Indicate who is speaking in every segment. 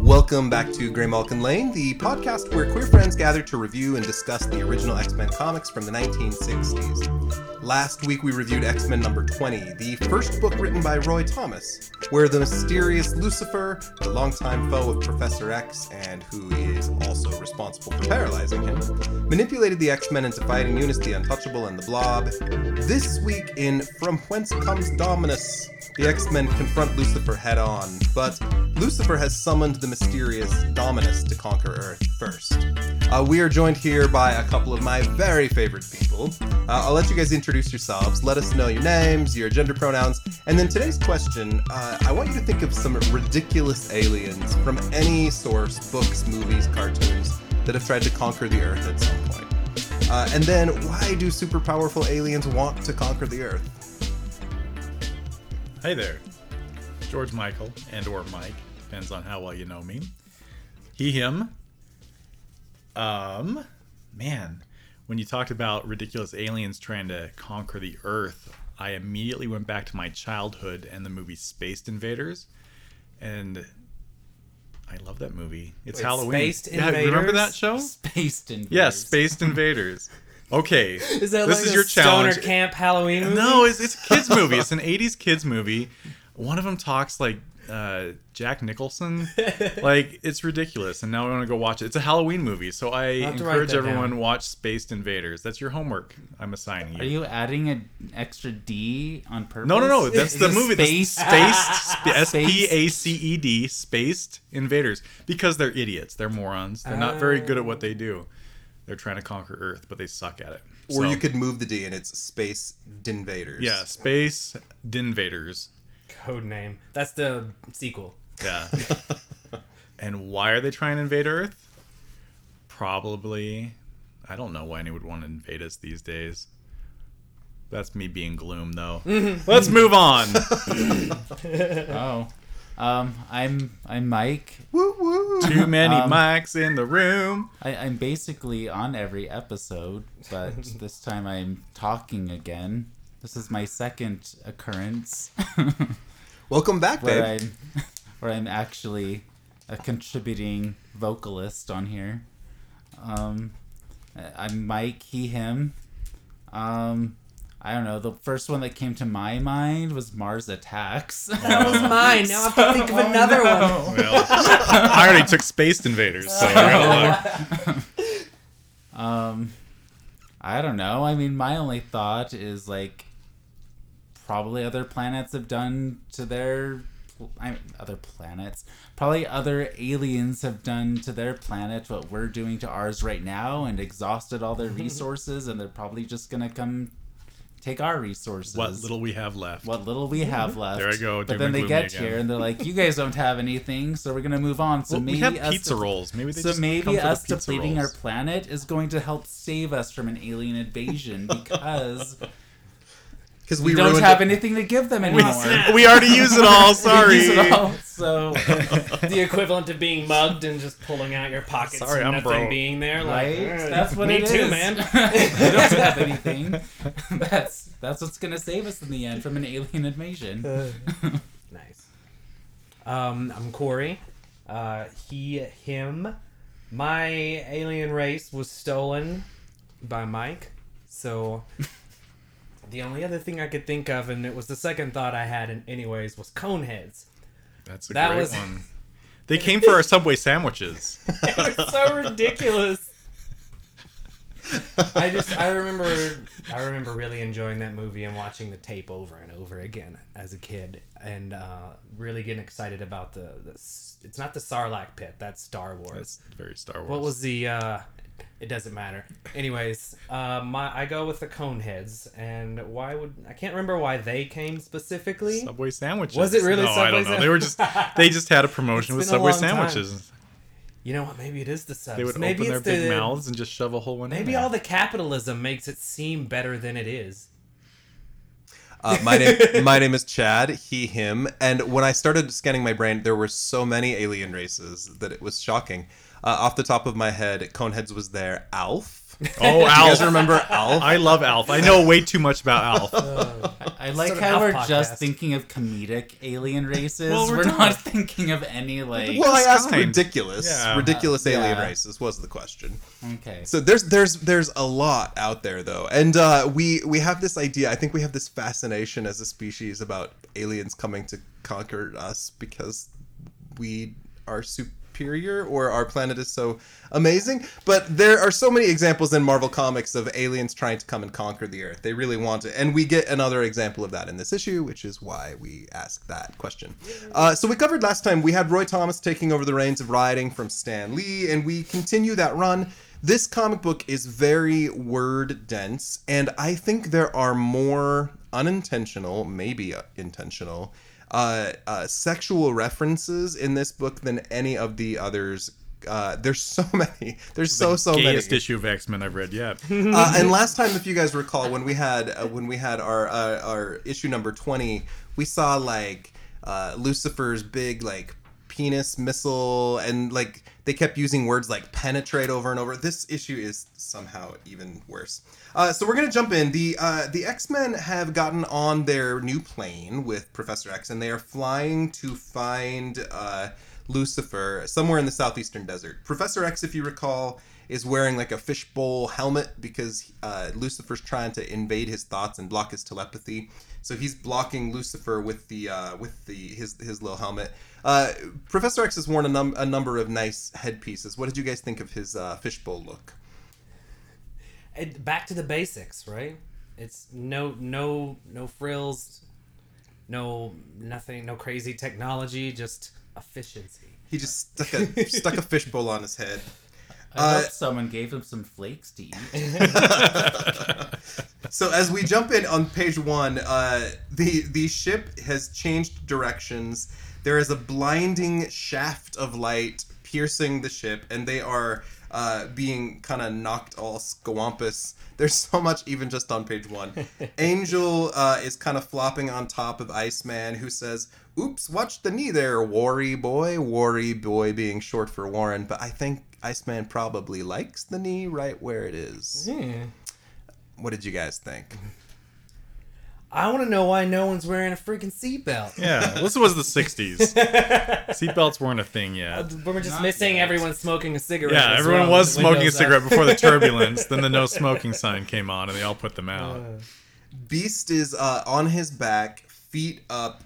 Speaker 1: Welcome back to Grey Malkin Lane, the podcast where queer friends gather to review and discuss the original X Men comics from the 1960s. Last week we reviewed X Men number 20, the first book written by Roy Thomas, where the mysterious Lucifer, the longtime foe of Professor X and who is also responsible for paralyzing him, manipulated the X Men into fighting Eunice the Untouchable and the Blob. This week in From Whence Comes Dominus, the X Men confront Lucifer head on, but Lucifer has summoned the mysterious Dominus to conquer Earth first. Uh, we are joined here by a couple of my very favorite people. Uh, I'll let you guys introduce yourselves, let us know your names, your gender pronouns, and then today's question uh, I want you to think of some ridiculous aliens from any source books, movies, cartoons that have tried to conquer the Earth at some point. Uh, and then, why do super powerful aliens want to conquer the Earth?
Speaker 2: Hey there, George Michael and or Mike, depends on how well you know me. He, him. Um, man, when you talked about ridiculous aliens trying to conquer the Earth, I immediately went back to my childhood and the movie Spaced Invaders, and I love that movie. It's
Speaker 3: Wait,
Speaker 2: Halloween.
Speaker 3: Spaced
Speaker 2: Yeah, remember
Speaker 3: Invaders?
Speaker 2: that show?
Speaker 4: Spaced invaders.
Speaker 2: Yes, Spaced Invaders. Okay,
Speaker 3: Is that
Speaker 2: this
Speaker 3: like
Speaker 2: is
Speaker 3: a
Speaker 2: your
Speaker 3: stoner
Speaker 2: challenge.
Speaker 3: camp Halloween movie?
Speaker 2: No, it's, it's a kids movie. It's an '80s kids movie. One of them talks like uh, Jack Nicholson. like it's ridiculous. And now I want to go watch it. It's a Halloween movie, so I
Speaker 3: have to write
Speaker 2: encourage
Speaker 3: that
Speaker 2: everyone
Speaker 3: down.
Speaker 2: watch Spaced Invaders. That's your homework. I'm assigning
Speaker 4: Are
Speaker 2: you.
Speaker 4: you adding an extra D on purpose?
Speaker 2: no, no, no. That's the
Speaker 4: Is it
Speaker 2: movie. That's
Speaker 4: Spaced.
Speaker 2: Spaced. S P A C E D. Spaced Invaders. Because they're idiots. They're morons. They're not very good at what they do. They're trying to conquer Earth, but they suck at it.
Speaker 1: Or
Speaker 2: So,
Speaker 1: you could move the D and it's Space Dinvaders.
Speaker 2: yeah, Space Dinvaders.
Speaker 3: Code name. That's the sequel.
Speaker 2: Yeah. and why are they trying to invade Earth? Probably. I don't know why anyone would want to invade us these days. That's me being gloom, though. Let's move on.
Speaker 4: Oh, um, I'm I'm Mike.
Speaker 1: Woo woo.
Speaker 2: Too many
Speaker 4: Um,
Speaker 2: mics in the room.
Speaker 4: I, I'm basically on every episode, but this time I'm talking again. This is my second occurrence
Speaker 1: Welcome back,
Speaker 4: where
Speaker 1: babe.
Speaker 4: I'm where I'm actually a contributing vocalist on here. Um, I- I'm Mike. He him. Um, I don't know. The first one that came to my mind was Mars Attacks.
Speaker 3: That was mine. Now I have to think of another one.
Speaker 2: Well, I already took Space Invaders, so you're out of luck.
Speaker 4: Um, I don't know. I mean, my only thought is like, probably other planets have done to their, I mean, other planets. Probably other aliens have done to their planet what we're doing to ours right now, and exhausted all their resources, and they're probably just gonna come take our resources.
Speaker 2: What little we have left.
Speaker 4: What little we have left.
Speaker 2: There I go, doom
Speaker 4: But then
Speaker 2: and
Speaker 4: they
Speaker 2: gloomy
Speaker 4: get
Speaker 2: again.
Speaker 4: here and they're like, "You guys don't have anything, so we're gonna move on." So
Speaker 2: Well,
Speaker 4: maybe
Speaker 2: we have
Speaker 4: us
Speaker 2: pizza rolls. Maybe they
Speaker 4: so
Speaker 2: just come
Speaker 4: maybe
Speaker 2: for
Speaker 4: us
Speaker 2: the pizza
Speaker 4: depleting
Speaker 2: rolls.
Speaker 4: our planet is going to help save us from an alien invasion because
Speaker 1: Because
Speaker 4: we, don't
Speaker 1: ruined
Speaker 4: have
Speaker 1: it.
Speaker 4: anything to give them anymore.
Speaker 2: we already used it all. Sorry.
Speaker 4: Use it all, so
Speaker 3: The equivalent of being mugged and just pulling out your pockets
Speaker 2: Sorry,
Speaker 3: and
Speaker 2: I'm
Speaker 3: nothing
Speaker 2: broke.
Speaker 3: being there. Like,
Speaker 4: right,
Speaker 3: "Ugh,
Speaker 4: that's what
Speaker 3: me
Speaker 4: it
Speaker 3: too,
Speaker 4: is.
Speaker 3: man.
Speaker 4: we don't have anything. That's that's what's gonna save us in the end from an alien invasion.
Speaker 3: Uh, Nice. Um, I'm Corey. Uh, he, him. My alien race was stolen by Mike. So the only other thing I could think of, and it was the second thought I had, in anyways, was coneheads.
Speaker 2: That's a
Speaker 3: That
Speaker 2: great
Speaker 3: was-
Speaker 2: one. They came for our Subway sandwiches.
Speaker 3: It was so ridiculous. I just I remember I remember really enjoying that movie and watching the tape over and over again as a kid and uh, really getting excited about the, the s- it's not the Sarlacc pit that's Star Wars.
Speaker 2: That's very Star Wars.
Speaker 3: What was the? uh It doesn't matter. Anyways, uh, my I go with the Coneheads, and why would I can't remember why they came specifically.
Speaker 2: Subway sandwiches.
Speaker 3: Was it really
Speaker 2: No, I
Speaker 3: Subway
Speaker 2: don't know. They were just they just had a promotion with
Speaker 3: It's been a
Speaker 2: Subway
Speaker 3: long time.
Speaker 2: sandwiches.
Speaker 3: You know what? Maybe it is the subs.
Speaker 2: They would
Speaker 3: maybe
Speaker 2: open their
Speaker 3: it's
Speaker 2: big
Speaker 3: the,
Speaker 2: mouths and just shove a whole one. in
Speaker 3: Maybe
Speaker 2: there.
Speaker 3: all the capitalism makes it seem better than it is.
Speaker 1: Uh, my name my name is Chad, he him, and when I started scanning my brain, there were so many alien races that it was shocking. Uh, off the top of my head, Coneheads was there. Alf. Do
Speaker 2: Oh,
Speaker 1: You guys
Speaker 2: Alf.
Speaker 1: remember Alf?
Speaker 2: I love Alf. I know way too much about Alf.
Speaker 3: Oh,
Speaker 4: I like
Speaker 3: Sort of
Speaker 4: how
Speaker 3: Alf
Speaker 4: we're
Speaker 3: podcast.
Speaker 4: just thinking of comedic alien races.
Speaker 2: Well, we're
Speaker 4: we're
Speaker 2: doing
Speaker 4: not
Speaker 2: it.
Speaker 4: thinking of any like.
Speaker 1: well, I asked
Speaker 2: kind.
Speaker 1: ridiculous,
Speaker 2: Yeah.
Speaker 1: ridiculous alien
Speaker 4: yeah.
Speaker 1: races was the question.
Speaker 4: Okay.
Speaker 1: So there's there's there's a lot out there though, and uh, we we have this idea. I think we have this fascination as a species about aliens coming to conquer us because we are superior or our planet is so amazing. But there are so many examples in Marvel comics of aliens trying to come and conquer the Earth. They really want to, and we get another example of that in this issue, which is why we ask that question. Uh, so we covered last time. We had Roy Thomas taking over the reins of writing from Stan Lee, and we continue that run this comic book is very word dense, and I think there are more unintentional, maybe uh, intentional, uh, uh, sexual references in this book than any of the others. Uh, there's so many. There's so so many
Speaker 2: Gayest issue of X Men I've read yet.
Speaker 1: uh, and last time, if you guys recall, when we had uh, when we had our uh, our issue number twenty, we saw like uh, Lucifer's big like penis missile, and like they kept using words like penetrate over and over. This issue is somehow even worse. Uh, so we're gonna jump in. the uh, The X Men have gotten on their new plane with Professor X, and they are flying to find. Uh, Lucifer, somewhere in the southeastern desert. Professor X, if you recall, is wearing like a fishbowl helmet because uh, Lucifer's trying to invade his thoughts and block his telepathy. So he's blocking Lucifer with the uh, with the his his little helmet. Uh, Professor X has worn a, num- a number of nice headpieces. What did you guys think of his uh, fishbowl look?
Speaker 3: It, back to the basics, right? It's no no no frills, no nothing, no crazy technology, just efficiency.
Speaker 1: He just stuck a stuck a fishbowl on his head.
Speaker 4: I
Speaker 1: uh,
Speaker 4: hope someone gave him some flakes to eat.
Speaker 1: So as we jump in on page one, uh, the the ship has changed directions. There is a blinding shaft of light piercing the ship, and they are uh, being kind of knocked all squampus. There's so much even just on page one. Angel uh, is kind of flopping on top of Iceman, who says, "Oops, watch the knee there, Worry boy." Worry boy being short for Warren, but I think Iceman probably likes the knee right where it is.
Speaker 2: Hmm.
Speaker 1: What did you guys think?
Speaker 3: I want to know why no one's wearing a freaking seatbelt.
Speaker 2: Yeah, this was the '60s. Seatbelts weren't a thing yet.
Speaker 3: We We're just
Speaker 4: Not
Speaker 3: missing
Speaker 4: yet.
Speaker 3: everyone smoking a cigarette.
Speaker 2: Yeah,
Speaker 3: as
Speaker 2: everyone
Speaker 3: well,
Speaker 2: was
Speaker 3: with the
Speaker 2: smoking a
Speaker 3: windows up.
Speaker 2: cigarette before the turbulence. then the no smoking sign came on, and they all put them out.
Speaker 3: Uh,
Speaker 1: Beast is uh, on his back, feet up.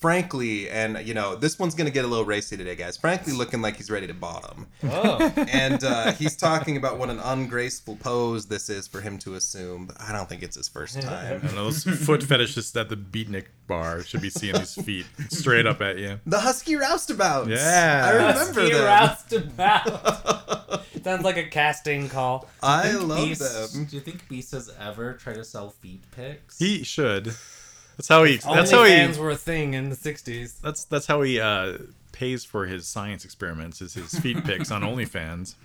Speaker 1: Frankly, and you know, this one's gonna get a little racy today, guys. Frankly, looking like he's ready to bottom.
Speaker 3: Oh,
Speaker 1: And uh, he's talking about what an ungraceful pose this is for him to assume. But I don't think it's his first time.
Speaker 2: I don't know, those foot fetishists at the beatnik bar should be seeing these feet straight up at you.
Speaker 1: The Husky Roustabouts.
Speaker 2: Yeah.
Speaker 1: I remember
Speaker 3: Husky
Speaker 1: them.
Speaker 3: roustabout. Sounds like a casting call.
Speaker 1: I
Speaker 4: Think
Speaker 1: love
Speaker 4: Beast-
Speaker 1: them.
Speaker 4: Do you think Beast has ever tried to sell feet pics?
Speaker 2: He should. That's how he. That's how
Speaker 3: Only
Speaker 2: he.
Speaker 3: fans were a thing in the '60s.
Speaker 2: That's that's how he uh, pays for his science experiments. Is his feet pics on OnlyFans?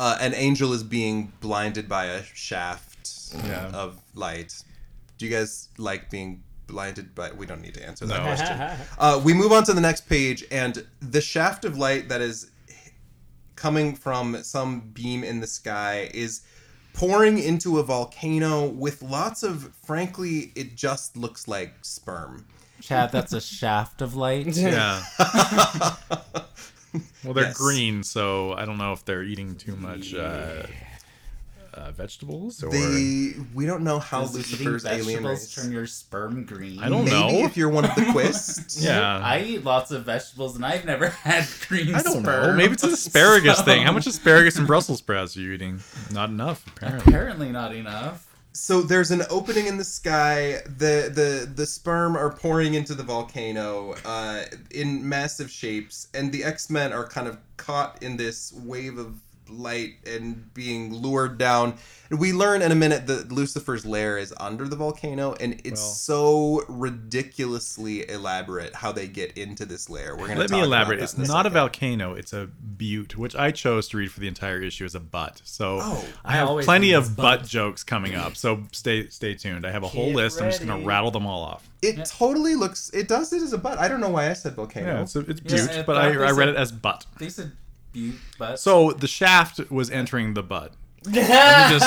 Speaker 1: Uh, an angel is being blinded by a shaft
Speaker 2: Yeah.
Speaker 1: of light. Do you guys like being blinded by? We don't need to answer that
Speaker 2: No.
Speaker 1: question. Uh, we move on to the next page, and the shaft of light that is coming from some beam in the sky is pouring into a volcano with lots of, frankly, it just looks like sperm.
Speaker 4: Chad, that's a shaft of light.
Speaker 2: Yeah. well, they're
Speaker 1: Yes.
Speaker 2: green, so I don't know if they're eating too much uh, uh, vegetables or.
Speaker 1: They, we don't know how
Speaker 4: Does eating
Speaker 1: Lucifer's alien
Speaker 4: vegetables
Speaker 1: race.
Speaker 4: turn your sperm green?
Speaker 2: I don't
Speaker 1: Maybe
Speaker 2: know.
Speaker 1: if you're one of the quists.
Speaker 2: yeah.
Speaker 4: I eat lots of vegetables and I've never had green
Speaker 2: I don't
Speaker 4: sperm.
Speaker 2: know. Maybe it's an asparagus
Speaker 4: So-
Speaker 2: thing. How much asparagus and Brussels sprouts are you eating? Not enough, apparently.
Speaker 4: Apparently not enough.
Speaker 1: So there's an opening in the sky. The the the sperm are pouring into the volcano uh, in massive shapes, and the X Men are kind of caught in this wave of light and being lured down. And we learn in a minute that Lucifer's lair is under the volcano, and it's so ridiculously elaborate how they get into this lair. We're gonna
Speaker 2: Let
Speaker 1: talk
Speaker 2: me
Speaker 1: about
Speaker 2: elaborate.
Speaker 1: that
Speaker 2: It's
Speaker 1: in a
Speaker 2: not a
Speaker 1: second.
Speaker 2: volcano. It's a butte, which I chose to read for the entire issue as a butt. So
Speaker 1: Oh,
Speaker 2: I
Speaker 4: I
Speaker 2: have
Speaker 4: always
Speaker 2: plenty
Speaker 4: think
Speaker 2: of
Speaker 4: it's
Speaker 2: butt jokes coming up. So stay stay tuned. I have a whole
Speaker 3: Get
Speaker 2: list. I'm just going
Speaker 3: ready.
Speaker 2: to rattle them all off.
Speaker 1: It totally looks. It does it as a butt. I don't know why I said volcano.
Speaker 2: Yeah, it's, a, it's
Speaker 4: Yeah,
Speaker 2: butte,
Speaker 4: I
Speaker 2: but I,
Speaker 4: thought they
Speaker 2: I read
Speaker 4: said-
Speaker 2: it as butt.
Speaker 4: They said bu- butt.
Speaker 2: So the shaft was entering the butt.
Speaker 3: well,
Speaker 2: Just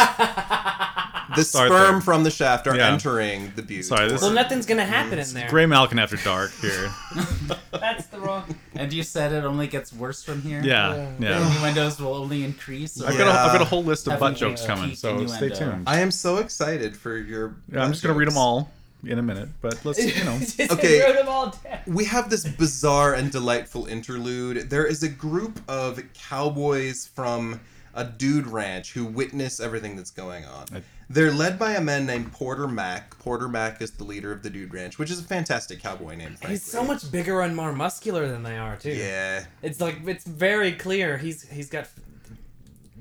Speaker 1: The
Speaker 2: Start
Speaker 1: sperm
Speaker 2: there.
Speaker 1: from the shaft are
Speaker 2: Yeah.
Speaker 1: entering the butte.
Speaker 2: Sorry, this-
Speaker 1: Or-
Speaker 3: nothing's gonna happen in there.
Speaker 2: Gray Malkin after dark here.
Speaker 3: That's the wrong.
Speaker 4: and you said it only gets worse from here.
Speaker 2: Yeah, yeah.
Speaker 4: Innuendos will only increase.
Speaker 2: I've got a, I've got a whole list of
Speaker 4: Having
Speaker 2: butt
Speaker 4: a
Speaker 2: jokes coming,
Speaker 4: peak
Speaker 2: so stay
Speaker 4: innuendo.
Speaker 2: tuned.
Speaker 1: I am so excited for your.
Speaker 2: Yeah, I'm just gonna read them all in a minute, but let's you know.
Speaker 3: Just
Speaker 1: Okay.
Speaker 3: wrote 'em all down.
Speaker 1: We have this bizarre and delightful interlude. There is a group of cowboys from a dude ranch who witness everything that's going on.
Speaker 2: I-
Speaker 1: They're led by a man named Porter Mack. Porter Mack is the leader of the dude ranch, which is a fantastic cowboy name. Frankly.
Speaker 3: He's so much bigger and more muscular than they are too.
Speaker 1: Yeah.
Speaker 3: It's like it's very clear. He's he's got.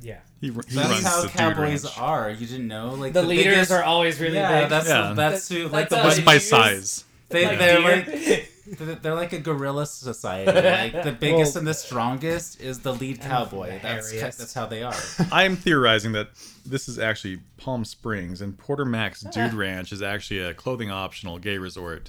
Speaker 3: Yeah.
Speaker 2: He, r- he
Speaker 4: That's
Speaker 2: runs
Speaker 4: how
Speaker 2: the
Speaker 4: cowboys
Speaker 2: dude ranch.
Speaker 4: are. You didn't know, like
Speaker 3: The, leaders
Speaker 4: biggest-
Speaker 3: are always really
Speaker 4: yeah,
Speaker 3: big.
Speaker 4: that's
Speaker 2: Yeah.
Speaker 4: that's who like
Speaker 3: That's
Speaker 4: the
Speaker 3: how
Speaker 2: Just
Speaker 4: ones
Speaker 3: they
Speaker 2: by
Speaker 3: use-
Speaker 2: size.
Speaker 4: they
Speaker 3: like
Speaker 4: they're
Speaker 3: deer.
Speaker 4: like they're they're like a guerrilla society. Like the biggest
Speaker 3: Well-
Speaker 4: and the strongest is the lead
Speaker 3: And
Speaker 4: cowboy.
Speaker 3: the
Speaker 4: That's ki-
Speaker 3: hairiest.
Speaker 4: that's how they are.
Speaker 2: I'm theorizing that this is actually Palm Springs, and Porter Mac's Dude Ranch is actually a clothing optional gay resort.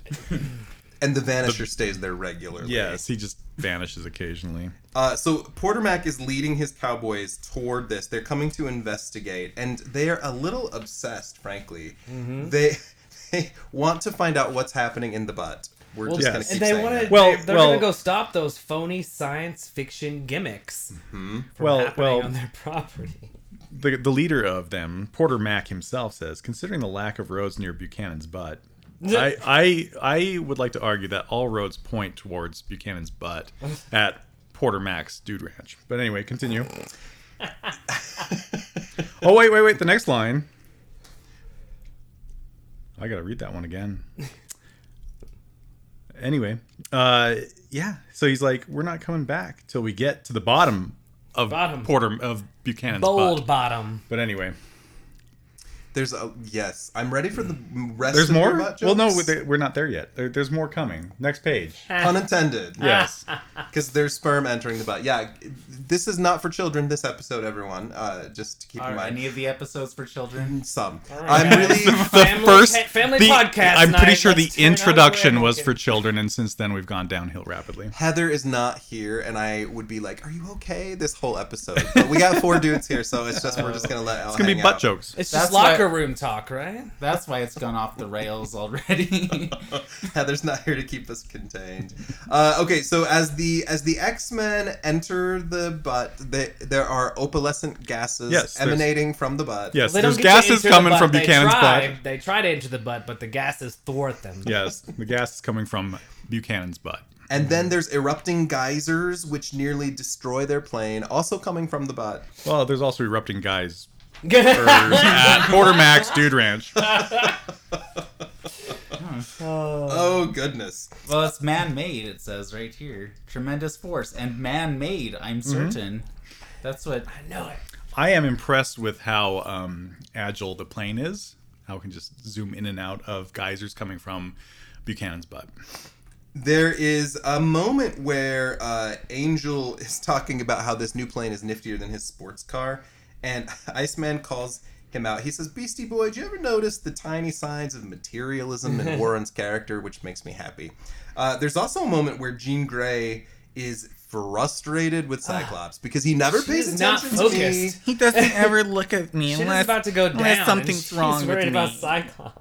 Speaker 1: And the Vanisher stays there regularly.
Speaker 2: Yes, he just vanishes occasionally.
Speaker 1: Uh, so Porter Mac is leading his cowboys toward this. They're coming to investigate, and they are a little obsessed, frankly.
Speaker 2: Mm-hmm.
Speaker 1: They they want to find out what's happening in the butt. We're
Speaker 3: Well,
Speaker 1: just
Speaker 2: Yes.
Speaker 1: gonna keep
Speaker 3: and they
Speaker 1: saying
Speaker 3: want
Speaker 1: that.
Speaker 3: to.
Speaker 2: Well,
Speaker 3: they're, they're
Speaker 2: well-
Speaker 3: gonna go stop those phony science fiction gimmicks from
Speaker 2: Well,
Speaker 3: happening
Speaker 2: well-
Speaker 3: on their property.
Speaker 2: The, the leader of them, Porter Mac himself, says, considering the lack of roads near Buchanan's butt, I, I I would like to argue that all roads point towards Buchanan's butt at Porter Mac's Dude Ranch. But anyway, continue. oh wait, wait, wait! The next line. I gotta read that one again. Anyway, uh, yeah. So he's like, "We're not coming back till we get to the bottom of
Speaker 3: Bottom.
Speaker 2: Porter of Buchanan's
Speaker 3: Bold
Speaker 2: butt."
Speaker 3: bottom.
Speaker 2: But anyway,
Speaker 1: There's a yes. I'm ready for the rest.
Speaker 2: Mm. there's
Speaker 1: of your
Speaker 2: more.
Speaker 1: butt
Speaker 2: Well, no,
Speaker 1: jokes.
Speaker 2: they- we're not there yet. There, there's more coming. Next page.
Speaker 1: pun intended.
Speaker 2: Yes.
Speaker 1: because there's sperm entering the butt. Yeah, this is not for children. This episode, everyone, uh, just to keep
Speaker 4: Are
Speaker 1: in mind.
Speaker 4: any of the episodes for children?
Speaker 1: Some.
Speaker 3: right,
Speaker 1: I'm
Speaker 3: guys.
Speaker 1: really.
Speaker 2: the
Speaker 3: Family
Speaker 2: first
Speaker 3: pa- family
Speaker 2: the-
Speaker 3: podcast
Speaker 2: I'm pretty
Speaker 3: night.
Speaker 2: sure
Speaker 3: Let's
Speaker 2: the
Speaker 3: turn out
Speaker 2: introduction
Speaker 3: the
Speaker 2: was
Speaker 3: American.
Speaker 2: for children, and since then we've gone downhill rapidly.
Speaker 1: Heather is not here, and I would be like, "Are you okay?" This whole episode, but we got four dudes here, so it's just we're just gonna let.
Speaker 2: It's gonna be butt jokes.
Speaker 3: It's
Speaker 4: That's
Speaker 3: just
Speaker 4: why-
Speaker 3: locker room talk, right?
Speaker 4: That's why it's gone off the rails already.
Speaker 1: Heather's not here to keep us contained. Uh, okay, so as the as the X Men enter the butt, they, there are opalescent gases
Speaker 2: Yes, there's-
Speaker 1: emanating from the butt.
Speaker 2: Yes,
Speaker 3: They don't
Speaker 2: there's
Speaker 3: get to
Speaker 2: gases
Speaker 3: enter the
Speaker 2: coming
Speaker 3: butt.
Speaker 2: from Buchanan's
Speaker 3: they try,
Speaker 2: butt.
Speaker 3: They try to enter the butt, but the gases thwart them.
Speaker 2: Yes, the gas is coming from Buchanan's butt.
Speaker 1: and then there's erupting geysers which nearly destroy their plane, also coming from the butt.
Speaker 2: Well, there's also erupting guys at Quartermax Dude Ranch.
Speaker 3: Uh,
Speaker 1: Oh goodness!
Speaker 4: well, it's man-made. It says right here, tremendous force and man-made. I'm certain. That's what
Speaker 3: Mm-hmm. I know it.
Speaker 2: I am impressed with how um, agile the plane is. How it can just zoom in and out of geysers coming from Buchanan's butt.
Speaker 1: There is a moment where uh, Angel is talking about how this new plane is niftier than his sports car, and Iceman calls him out. He says, Beastie Boy, did you ever notice the tiny signs of materialism in Warren's character, which makes me happy? Uh, there's also a moment where Jean Grey is frustrated with Cyclops because he never pays
Speaker 3: Ah, is not
Speaker 1: attention to me.
Speaker 3: focused.
Speaker 2: He doesn't ever look at me
Speaker 3: Shit is about to go down. and
Speaker 2: something's
Speaker 3: she's
Speaker 2: wrong with
Speaker 3: worried about
Speaker 2: me.
Speaker 3: Cyclops.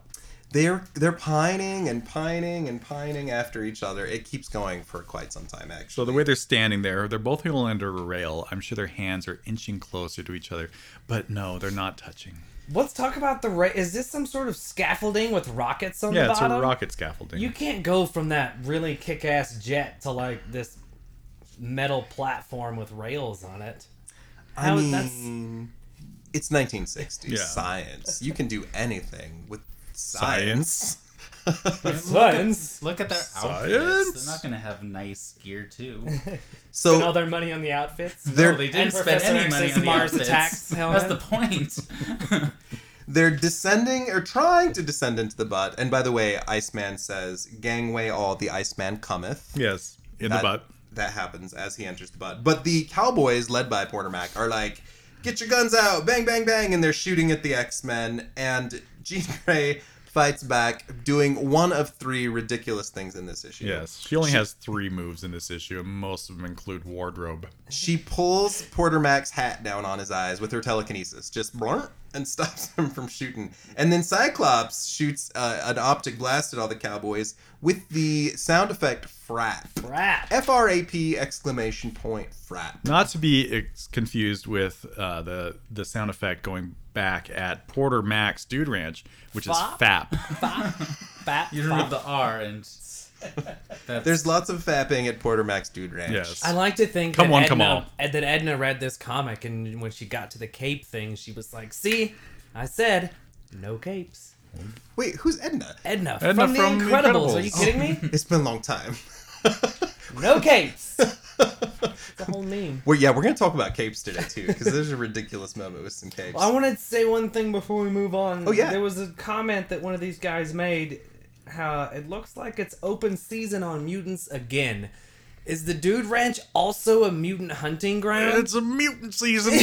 Speaker 1: They're they're pining and pining and pining after each other. It keeps going for quite some time, actually.
Speaker 2: So the way they're standing there, they're both held under a rail. I'm sure their hands are inching closer to each other, but no, they're not touching.
Speaker 3: Let's talk about the right. Is this some sort of scaffolding with rockets on
Speaker 2: Yeah,
Speaker 3: the
Speaker 2: it's
Speaker 3: bottom?
Speaker 2: a rocket scaffolding.
Speaker 3: You can't go from that really kick-ass jet to like this metal platform with rails on it.
Speaker 1: I
Speaker 3: How-
Speaker 1: mean,
Speaker 3: that's-
Speaker 1: it's 1960s
Speaker 2: Yeah.
Speaker 1: science. You can do anything with science.
Speaker 3: Sons.
Speaker 4: Look at their
Speaker 2: Science?
Speaker 4: outfits. They're not going to have nice gear too.
Speaker 3: And all
Speaker 1: so
Speaker 3: their money on the outfits.
Speaker 1: they're
Speaker 4: No, they
Speaker 3: And
Speaker 4: didn't spend
Speaker 3: Professor
Speaker 4: any money
Speaker 3: X's
Speaker 4: on the
Speaker 3: Mars
Speaker 4: outfits.
Speaker 3: attacks
Speaker 4: That's
Speaker 3: helmet.
Speaker 4: the point.
Speaker 1: they're descending or trying to descend into the butt. And by the way, Iceman says, "Gangway all, the Iceman cometh."
Speaker 2: yes, in
Speaker 1: That-
Speaker 2: the butt.
Speaker 1: That happens as he enters the butt. But the cowboys, led by Porter Mac, are like, "Get your guns out! Bang, bang, bang!" And they're shooting at the X Men. And Jean Grey fights back, doing one of three ridiculous things in this issue.
Speaker 2: Yes, she only has three moves in this issue, and most of them include wardrobe.
Speaker 1: She pulls Porter Mac's hat down on his eyes with her telekinesis, just blunt, and stops him from shooting. And then Cyclops shoots uh, an optic blast at all the cowboys with the sound effect frap.
Speaker 3: Crap.
Speaker 1: F R A P exclamation point frap.
Speaker 2: Not to be ex- confused with uh, the the sound effect going back at Porter Max Dude Ranch, which
Speaker 3: Fop?
Speaker 2: is FAP.
Speaker 3: Fat.
Speaker 4: You remove the R and that's
Speaker 1: There's lots of fapping at Porter Mac's Dude Ranch.
Speaker 2: Yes.
Speaker 3: I like to think
Speaker 2: Come
Speaker 3: that
Speaker 2: on,
Speaker 3: Edna,
Speaker 2: come
Speaker 3: Ed- that Edna read this comic, and when she got to the cape thing, she was like, "See, I said no capes."
Speaker 1: Wait, who's Edna?
Speaker 3: Edna,
Speaker 2: Edna from
Speaker 3: from, the
Speaker 2: The
Speaker 3: Incredibles.
Speaker 2: Incredibles.
Speaker 3: Are you kidding me?
Speaker 1: It's been a long time.
Speaker 3: No capes. The whole meme.
Speaker 1: Well, yeah, we're gonna talk about capes today too, because there's a ridiculous moment with some capes.
Speaker 3: Well, I wanted to say one thing before we move on.
Speaker 1: Oh, yeah.
Speaker 3: There was a comment that one of these guys made. How it looks like it's open season on mutants again. Is the Dude Ranch also a mutant hunting ground?
Speaker 2: It's a mutant season.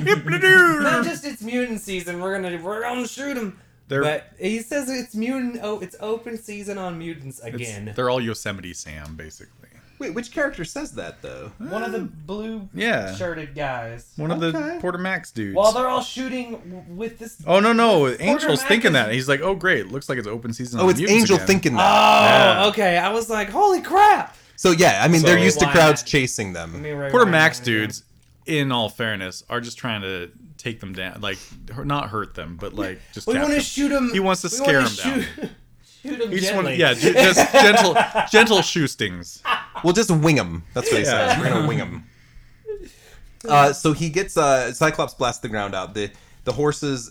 Speaker 2: Hip-de-doo.
Speaker 3: Not just it's mutant season. We're gonna we're gonna shoot him.
Speaker 2: They're-
Speaker 3: But he says it's mutant. Oh, it's open season on mutants
Speaker 2: It's-
Speaker 3: again.
Speaker 2: They're all Yosemite Sam, basically.
Speaker 1: Wait, which character says that though?
Speaker 3: One of the blue
Speaker 2: Yeah.
Speaker 3: shirted guys.
Speaker 2: One of
Speaker 1: Okay.
Speaker 2: the Porter Max dudes.
Speaker 3: While they're all shooting w- with this.
Speaker 2: oh no no, Angel's
Speaker 3: Max
Speaker 2: thinking
Speaker 3: is-
Speaker 2: that. He's like, oh great, looks like it's open season. on
Speaker 1: Oh, it's
Speaker 2: mutants
Speaker 1: Angel
Speaker 2: again.
Speaker 1: thinking that.
Speaker 3: Oh,
Speaker 2: Yeah.
Speaker 3: okay. I was like, holy crap.
Speaker 1: so yeah, I mean they're
Speaker 2: So-
Speaker 1: used to
Speaker 3: Why
Speaker 1: crowds
Speaker 3: not?
Speaker 1: chasing
Speaker 3: Let
Speaker 1: them.
Speaker 3: me rewind
Speaker 2: Porter Max
Speaker 3: that.
Speaker 2: dudes, in all fairness, are just trying to take them down, like hu- not hurt them, but like just.
Speaker 3: We
Speaker 2: tap
Speaker 3: want to
Speaker 2: them.
Speaker 3: shoot him.
Speaker 2: He wants to
Speaker 3: we
Speaker 2: scare
Speaker 3: wanna
Speaker 2: him
Speaker 3: shoot, down. Shoot him
Speaker 2: He just
Speaker 3: gently.
Speaker 2: wanted, yeah, ju- just gentle, gentle shoe stings.
Speaker 1: We'll just wing them. That's what he
Speaker 2: Yeah.
Speaker 1: says. We're gonna wing them. Uh, so he gets uh, Cyclops blasts the ground out. The the horses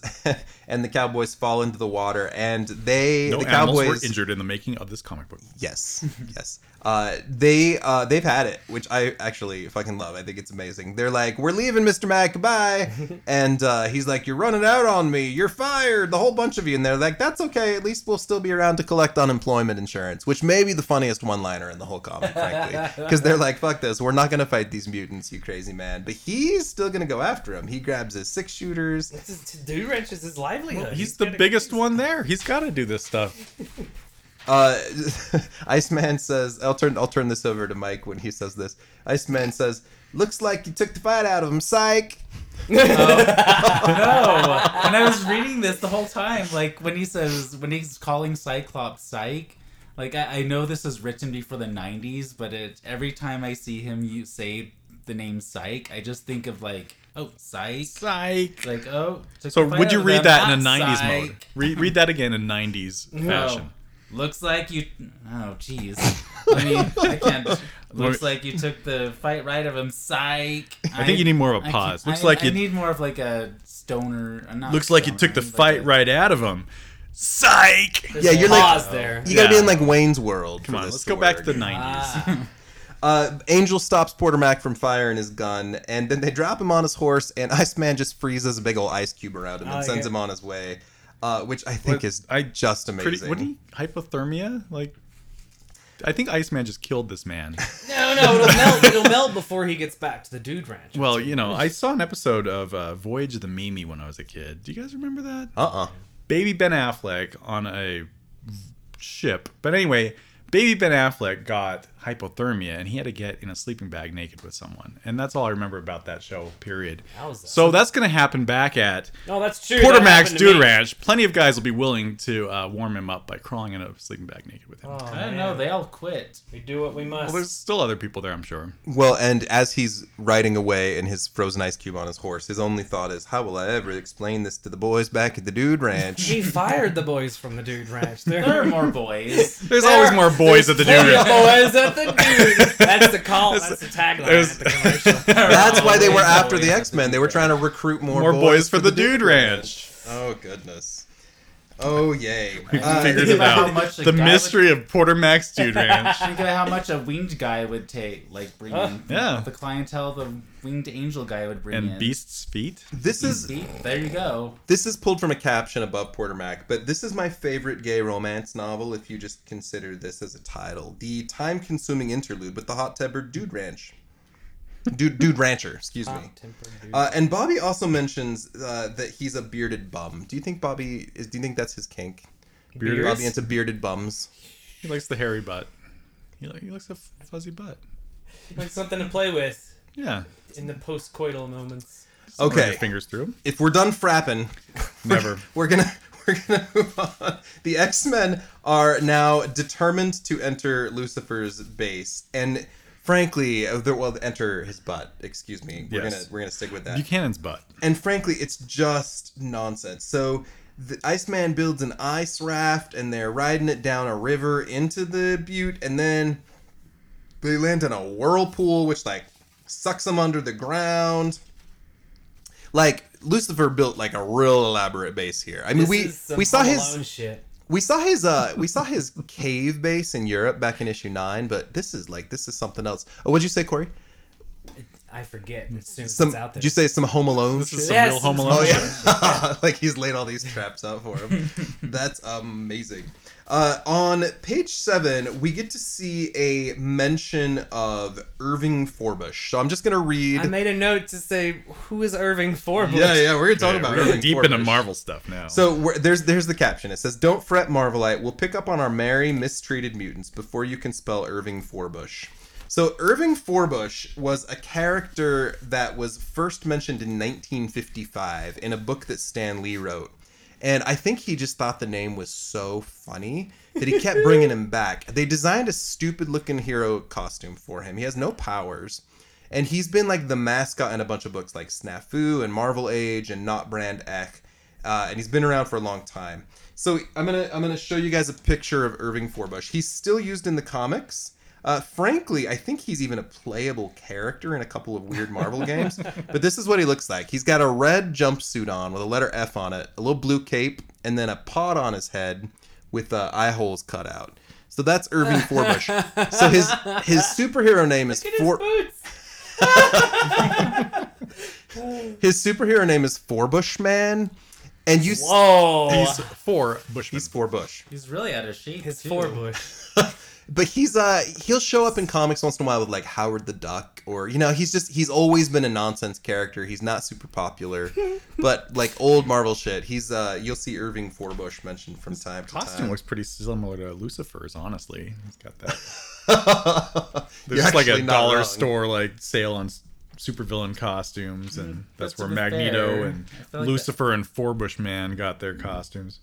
Speaker 1: and the cowboys fall into the water, and they
Speaker 2: No
Speaker 1: the
Speaker 2: animals
Speaker 1: cowboys
Speaker 2: were injured in the making of this comic book.
Speaker 1: Yes, yes. Uh, they uh, they've had it, which I actually fucking love. I think it's amazing. They're like, "We're leaving, Mister Mac. Goodbye." and uh, he's like, "You're running out on me. You're fired." The whole bunch of you, and they're like, "That's okay. At least we'll still be around to collect unemployment insurance," which may be the funniest one-liner in the whole comic, frankly, because they're like, "Fuck this. We're not gonna fight these mutants, you crazy man." But he's still gonna go after him. He grabs his six shooters.
Speaker 3: This is, dude wrench is his livelihood.
Speaker 2: He's the
Speaker 3: gotta-
Speaker 2: biggest one there. He's got to do this stuff.
Speaker 1: Uh, Iceman says, "I'll turn I'll turn this over to Mike when he says this." Iceman says, "Looks like you took the fight out of him, psych."
Speaker 2: Oh.
Speaker 4: no. Oh, And I was reading this the whole time, like when he says when he's calling Cyclops Psych. Like I, I know this was written before the '90s, but it, every time I see him, you say the name Psych, I just think of like, oh, Psych.
Speaker 2: Psych.
Speaker 4: Like, oh. took
Speaker 2: So
Speaker 4: the fight
Speaker 2: would you
Speaker 4: out of
Speaker 2: read
Speaker 4: them,
Speaker 2: that in a
Speaker 4: not
Speaker 2: '90s
Speaker 4: Psych.
Speaker 2: mode? Read, read that again in '90s
Speaker 4: No.
Speaker 2: fashion.
Speaker 4: Looks like you. Oh, jeez. I mean, I can't. Looks like you took the fight right of him. Psych.
Speaker 2: I think you need more of a
Speaker 4: I
Speaker 2: pause.
Speaker 4: can't-
Speaker 2: Looks
Speaker 4: I-
Speaker 2: like
Speaker 4: I
Speaker 2: you-
Speaker 4: need more of like a stoner. uh, Not
Speaker 2: Looks like you took the fight right out of him. Psych.
Speaker 3: There's
Speaker 1: Yeah,
Speaker 3: a
Speaker 1: you're like-
Speaker 3: pause there.
Speaker 1: You gotta be
Speaker 2: Yeah.
Speaker 1: in like Wayne's World.
Speaker 2: Come on, let's go back to the '90s.
Speaker 3: Ah,
Speaker 1: Uh, Angel stops Porter Mac from firing his gun, and then they drop him on his horse, and Iceman just freezes a big old ice cube around him and
Speaker 3: I like
Speaker 1: sends
Speaker 3: it.
Speaker 1: him on his way, uh, which I think
Speaker 2: What-
Speaker 1: is
Speaker 2: Oh, I-
Speaker 1: just
Speaker 2: pretty
Speaker 1: amazing.
Speaker 2: what do you hypothermia like i think iceman just killed this man
Speaker 3: no, no, it'll melt. It'll melt before he gets back to the dude ranch.
Speaker 2: well you know i saw an episode of uh, voyage of the mimi when i was a kid do you guys remember that
Speaker 1: uh-uh.
Speaker 2: baby ben affleck on a ship but anyway baby ben affleck got hypothermia and he had to get in a sleeping bag naked with someone and that's all i remember about that show period
Speaker 3: Wowza.
Speaker 2: so that's going to happen back at
Speaker 3: no, that's true.
Speaker 2: Porter
Speaker 3: That
Speaker 2: Max
Speaker 3: happened to
Speaker 2: Dude
Speaker 3: me.
Speaker 2: Ranch. Plenty of guys will be willing to uh, warm him up by crawling in a sleeping bag naked with him.
Speaker 3: Oh,
Speaker 4: I
Speaker 3: man.
Speaker 4: don't know. They all quit.
Speaker 3: We do what we must.
Speaker 2: Well, there's still other people there, I'm sure.
Speaker 1: Well, and as he's riding away in his frozen ice cube on his horse, his only thought is, "How will I ever explain this to the boys back at the Dude Ranch?"
Speaker 3: he fired the boys from the dude ranch.
Speaker 4: There
Speaker 3: There
Speaker 4: are more boys.
Speaker 2: There's
Speaker 3: There
Speaker 2: always
Speaker 3: are-
Speaker 2: more boys at the
Speaker 3: There
Speaker 2: dude.
Speaker 3: are
Speaker 2: ranch.
Speaker 3: boys at the dude. That's the call. That's the tagline
Speaker 2: There's-
Speaker 3: at the commercial.
Speaker 1: That's why they were
Speaker 4: Always,
Speaker 1: after the
Speaker 4: always.
Speaker 1: X Men. They were trying to recruit more,
Speaker 2: more boys for the dude ranch.
Speaker 1: Oh goodness. Oh yay.
Speaker 4: Uh,
Speaker 2: Figured
Speaker 4: think
Speaker 2: it
Speaker 4: about how
Speaker 2: out.
Speaker 4: much the
Speaker 2: The
Speaker 4: guy would-
Speaker 2: mystery of Porter Max Dude Ranch.
Speaker 4: Think of how much a winged guy would take. Like bringing
Speaker 2: yeah.
Speaker 4: the clientele the winged angel guy would bring in.
Speaker 2: and Beast's feet.
Speaker 1: this is
Speaker 4: See? There you go.
Speaker 1: this is pulled from a caption above Porter Mac, but this is my favorite gay romance novel if you just consider this as a title. The time consuming interlude with the hot tempered dude ranch. Dude dude rancher, excuse me. Uh, and Bobby also mentions uh, that he's a bearded bum. Do you think Bobby is do you think that's his kink?
Speaker 2: Bearders?
Speaker 1: Robbie into bearded bums.
Speaker 2: He likes the hairy butt. He, li- he likes a f- fuzzy butt.
Speaker 3: Like something to play with
Speaker 2: Yeah.
Speaker 3: in the post-coital moments.
Speaker 2: Just run
Speaker 1: Okay.
Speaker 2: Your fingers through him.
Speaker 1: If we're done frapping,
Speaker 2: Never.
Speaker 1: we're gonna we're gonna move on. The X Men are now determined to enter Lucifer's base, and frankly, uh, they're- well, enter his butt. Excuse me. We're
Speaker 2: Yes.
Speaker 1: gonna we're gonna stick with that.
Speaker 2: Buchanan's butt.
Speaker 1: and frankly, it's just nonsense. So the Iceman builds an ice raft, and they're riding it down a river into the butte, and then they land in a whirlpool, which like sucks them under the ground. Like Lucifer built like a real elaborate base here. I mean,
Speaker 3: This
Speaker 1: we
Speaker 3: is some
Speaker 1: we saw
Speaker 3: Home
Speaker 1: his
Speaker 3: Alone shit.
Speaker 1: we saw his uh we saw his cave base in Europe back in issue nine, but this is like this is something else. Oh, what'd you say, Corey?
Speaker 3: I forget as soon as
Speaker 1: Some
Speaker 3: it's out there.
Speaker 1: did you say some Home Alone?
Speaker 2: This
Speaker 1: shit?
Speaker 2: is some
Speaker 3: Yes,
Speaker 2: real Home
Speaker 3: it's-
Speaker 2: Alone.
Speaker 1: Oh
Speaker 2: shit.
Speaker 1: yeah, like he's laid all these traps out for him. That's amazing. Uh, on page seven, we get to see a mention of Irving Forbush. So I'm just gonna read.
Speaker 3: I made a note to say who is Irving Forbush.
Speaker 1: yeah, yeah, we're gonna talk
Speaker 2: Yeah,
Speaker 1: about
Speaker 2: we're
Speaker 1: Irving
Speaker 2: deep into
Speaker 1: Forbush.
Speaker 2: Marvel stuff now.
Speaker 1: So we're, there's there's the caption. It says, "Don't fret, Marvelite. We'll pick up on our merry, mistreated mutants before you can spell Irving Forbush." So Irving Forbush was a character that was first mentioned in 1955 in a book that Stan Lee wrote, and I think he just thought the name was so funny that he kept bringing him back. They designed a stupid-looking hero costume for him. He has no powers. And he's been like the mascot in a bunch of books like Snafu and Marvel Age and Not Brand Ek, uh, and he's been around for a long time. So I'm gonna I'm gonna show you guys a picture of Irving Forbush. He's still used in the comics. Uh, frankly, I think he's even a playable character in a couple of weird Marvel games. But this is what he looks like. He's got a red jumpsuit on with a letter F on it, a little blue cape, and then a pod on his head with uh, eye holes cut out. So that's Irving Forbush. so his his superhero name is
Speaker 3: Look at his
Speaker 1: For-
Speaker 3: boots.
Speaker 1: His superhero name is Forbush Man, and you s-
Speaker 3: Whoa.
Speaker 2: he's for Bushman.
Speaker 1: he's Forbush,
Speaker 4: He's really out of shape.
Speaker 3: his
Speaker 4: too.
Speaker 3: Forbush.
Speaker 1: but he's uh he'll show up in comics once in a while with like Howard the Duck or you know he's just he's always been a nonsense character. He's not super popular, but like old Marvel shit, he's uh you'll see Irving Forbush mentioned from time to
Speaker 2: costume
Speaker 1: time.
Speaker 2: looks pretty similar to Lucifer's. Honestly, he's got that.
Speaker 1: You're
Speaker 2: There's like a
Speaker 1: actually not
Speaker 2: dollar
Speaker 1: wrong.
Speaker 2: store like sale on s- supervillain costumes, and that's
Speaker 4: but
Speaker 2: where
Speaker 4: Mm, to be
Speaker 2: Magneto
Speaker 4: fair,
Speaker 2: and
Speaker 4: I feel like
Speaker 2: Lucifer and Forbush Man got their costumes.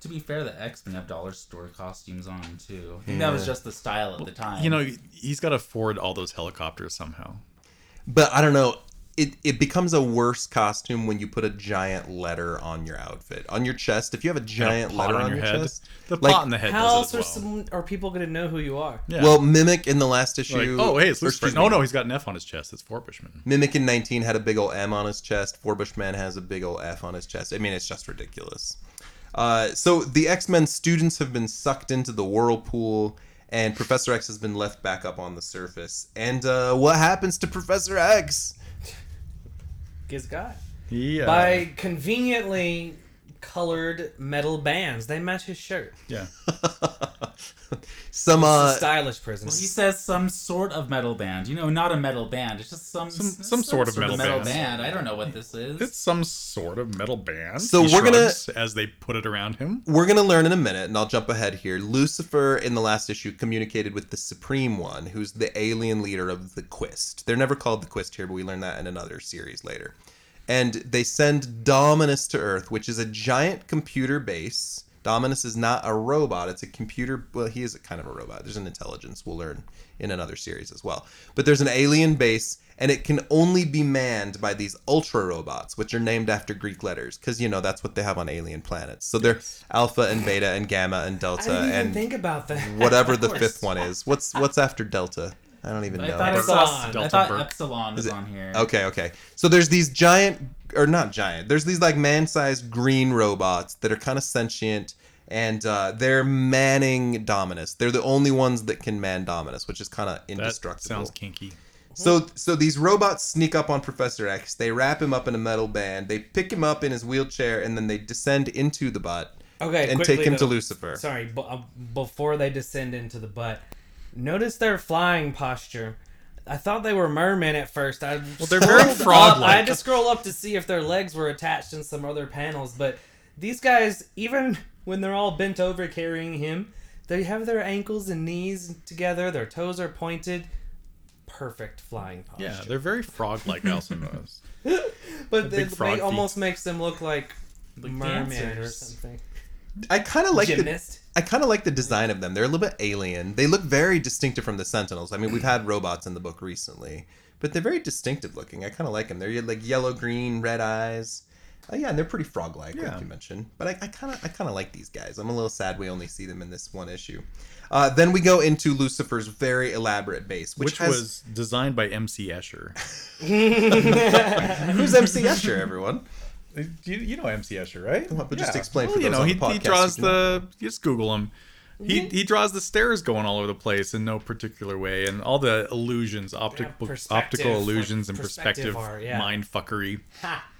Speaker 4: To be fair, the X Men have dollar store costumes on too. I think that was just the style at the time.
Speaker 2: You know, he's got to afford all those helicopters somehow.
Speaker 1: But I don't know. It, it becomes a worse costume when you put a giant letter on your outfit, on your chest. If you have a giant
Speaker 2: pot
Speaker 1: letter
Speaker 2: on
Speaker 1: on
Speaker 2: your
Speaker 1: your,
Speaker 2: head.
Speaker 1: chest,
Speaker 2: The
Speaker 1: Like-
Speaker 2: pot in the head
Speaker 3: How
Speaker 2: does
Speaker 3: else
Speaker 2: it
Speaker 3: are,
Speaker 2: as well.
Speaker 3: some, are people going to know who you are?
Speaker 2: Yeah.
Speaker 1: well, mimic in the last issue.
Speaker 2: like, oh hey, it's
Speaker 1: or
Speaker 2: Lucifer.
Speaker 1: excuse
Speaker 2: Oh
Speaker 1: me,
Speaker 2: no, he's got an F on his chest. It's Forbushman.
Speaker 1: Mimic in 19 had a big ol' M on his chest. Forbushman has a big ol' F on his chest. I mean, it's just ridiculous. Uh, so the X Men students have been sucked into the whirlpool, and Professor X has been left back up on the surface. And uh, what happens to Professor X?
Speaker 3: Giz God.
Speaker 2: Yeah.
Speaker 3: By conveniently colored metal bands. They match his shirt.
Speaker 2: Yeah.
Speaker 1: Some
Speaker 3: It's
Speaker 1: uh,
Speaker 3: a stylish prison.
Speaker 4: Well, he says some sort of metal band. You know, not a metal band. It's just some
Speaker 2: Some- some sort of metal band.
Speaker 4: I don't know what this is.
Speaker 2: It's some sort of metal band.
Speaker 1: So
Speaker 2: He
Speaker 1: we're gonna-
Speaker 2: shrugs as they put it around him.
Speaker 1: we're gonna learn in a minute, and I'll jump ahead here. Lucifer in the last issue communicated with the Supreme One, who's the alien leader of the Quist. They're never called the Quist here, but we learn that in another series later. And they send Dominus to Earth, which is a giant computer base. Dominus is not a robot; it's a computer. Well, he is kind of a robot. There's an intelligence. We'll learn in another series as well. But there's an alien base, and it can only be manned by these ultra robots, which are named after Greek letters, because you know that's what they have on alien planets. So they're alpha and beta and gamma and
Speaker 3: I
Speaker 1: delta
Speaker 3: didn't even
Speaker 1: and
Speaker 3: think about that.
Speaker 1: whatever the
Speaker 4: course.
Speaker 1: fifth one is. What's what's after delta? I don't even
Speaker 4: I
Speaker 1: know.
Speaker 4: thought I
Speaker 1: But-
Speaker 4: saw.
Speaker 3: Delta
Speaker 4: I thought
Speaker 2: Burke.
Speaker 4: Epsilon was on here.
Speaker 1: Okay, okay. So there's these giant, or not giant. There's these like man-sized green robots that are kind of sentient, and uh, they're manning Dominus. They're the only ones that can man Dominus, which is kind of
Speaker 2: That
Speaker 1: indestructible.
Speaker 2: sounds kinky.
Speaker 1: So so these robots sneak up on Professor X. They wrap him up in a metal band. They pick him up in his wheelchair and then they descend into the butt
Speaker 3: Okay,
Speaker 1: and
Speaker 3: quickly,
Speaker 1: take him to
Speaker 3: though.
Speaker 1: Lucifer.
Speaker 3: Sorry, b- uh, before they descend into the butt, notice their flying posture. I thought they were mermen at first. I well,
Speaker 2: they're very frog-like.
Speaker 3: I had to scroll up to see if their legs were attached in some other panels, but these guys, even when they're all bent over carrying him, they have their ankles and knees together. Their toes are pointed. Perfect flying posture.
Speaker 2: Yeah, they're very frog-like Alcimos.
Speaker 3: but
Speaker 2: big
Speaker 3: it
Speaker 2: frog
Speaker 3: ma-
Speaker 2: feet.
Speaker 3: almost makes them look like,
Speaker 4: Like
Speaker 3: merman or
Speaker 4: dancers.
Speaker 3: something.
Speaker 1: I kind of like the
Speaker 3: Gymnast.
Speaker 1: I kind of like the design of them. They're a little bit alien. They look very distinctive from the Sentinels. I mean, we've had robots in the book recently, but they're very distinctive looking. I kind of like them. They're like yellow, green, red eyes. Uh, yeah, and they're pretty frog-like,
Speaker 2: Yeah.
Speaker 1: like you mentioned. But I kind of, I kind of like these guys. I'm a little sad we only see them in this one issue. Uh, then we go into Lucifer's very elaborate base, which,
Speaker 2: which
Speaker 1: has,
Speaker 2: was designed by M.C. Escher.
Speaker 1: who's MC Escher, everyone.
Speaker 2: You, Uh, you know M.C. Escher, right?
Speaker 1: Well, but just explain for
Speaker 2: you
Speaker 1: those
Speaker 2: know,
Speaker 1: on
Speaker 2: he,
Speaker 1: the
Speaker 2: he
Speaker 1: podcast
Speaker 2: draws
Speaker 1: who don't
Speaker 2: the. You just Google him. He, he draws the stairs going all over the place in no particular way, and all the illusions, optical
Speaker 3: perspective,
Speaker 2: optical
Speaker 3: like
Speaker 2: illusions, and
Speaker 3: perspective
Speaker 2: perspective,
Speaker 3: art, yeah.
Speaker 2: mind fuckery.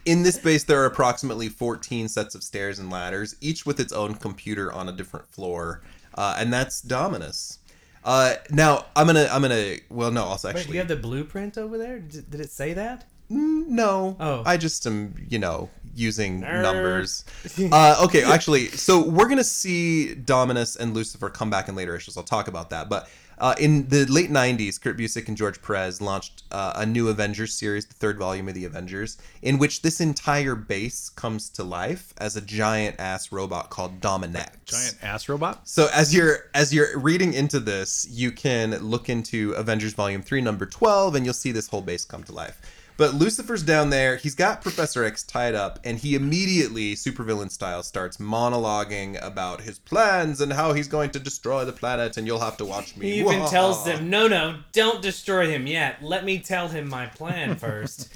Speaker 1: In this base, there are approximately 14 sets of stairs and ladders, each with its own computer on a different floor, uh, and that's Dominus. Uh, now I'm gonna, I'm gonna. Well, no, also
Speaker 3: Wait,
Speaker 1: actually,
Speaker 3: you have the blueprint over there? Did, did it say that?
Speaker 1: Mm, no.
Speaker 3: Oh.
Speaker 1: I just am, you know, using
Speaker 3: Nerd.
Speaker 1: numbers. uh, okay, actually, so we're gonna see Dominus and Lucifer come back in later issues. I'll talk about that, but. Uh, in the late 90s, Kurt Busiek and George Perez launched uh, a new Avengers series, the third volume of the Avengers, in which this entire base comes to life as a giant ass robot called Dominax.
Speaker 2: Giant ass robot.
Speaker 1: So as you're as you're reading into this, you can look into Avengers Volume 3 number 12 and you'll see this whole base come to life. But Lucifer's down there, he's got Professor X tied up and he immediately supervillain style starts monologuing about his plans and how he's going to destroy the planet and you'll have to watch me.
Speaker 3: He even
Speaker 1: Wah.
Speaker 3: tells them, no, no, don't destroy him yet. Let me tell him my plan first.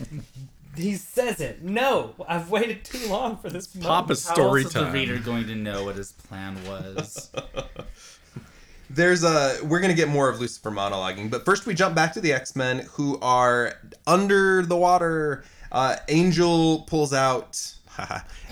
Speaker 3: he says it. No, I've waited too long for this.
Speaker 2: Pop
Speaker 3: moment."
Speaker 2: is
Speaker 4: How
Speaker 2: story
Speaker 4: else is the
Speaker 2: time.
Speaker 4: reader going to know what his plan was?
Speaker 1: There's a we're gonna get more of Lucifer monologuing, but first we jump back to the X Men who are under the water. Uh, Angel pulls out,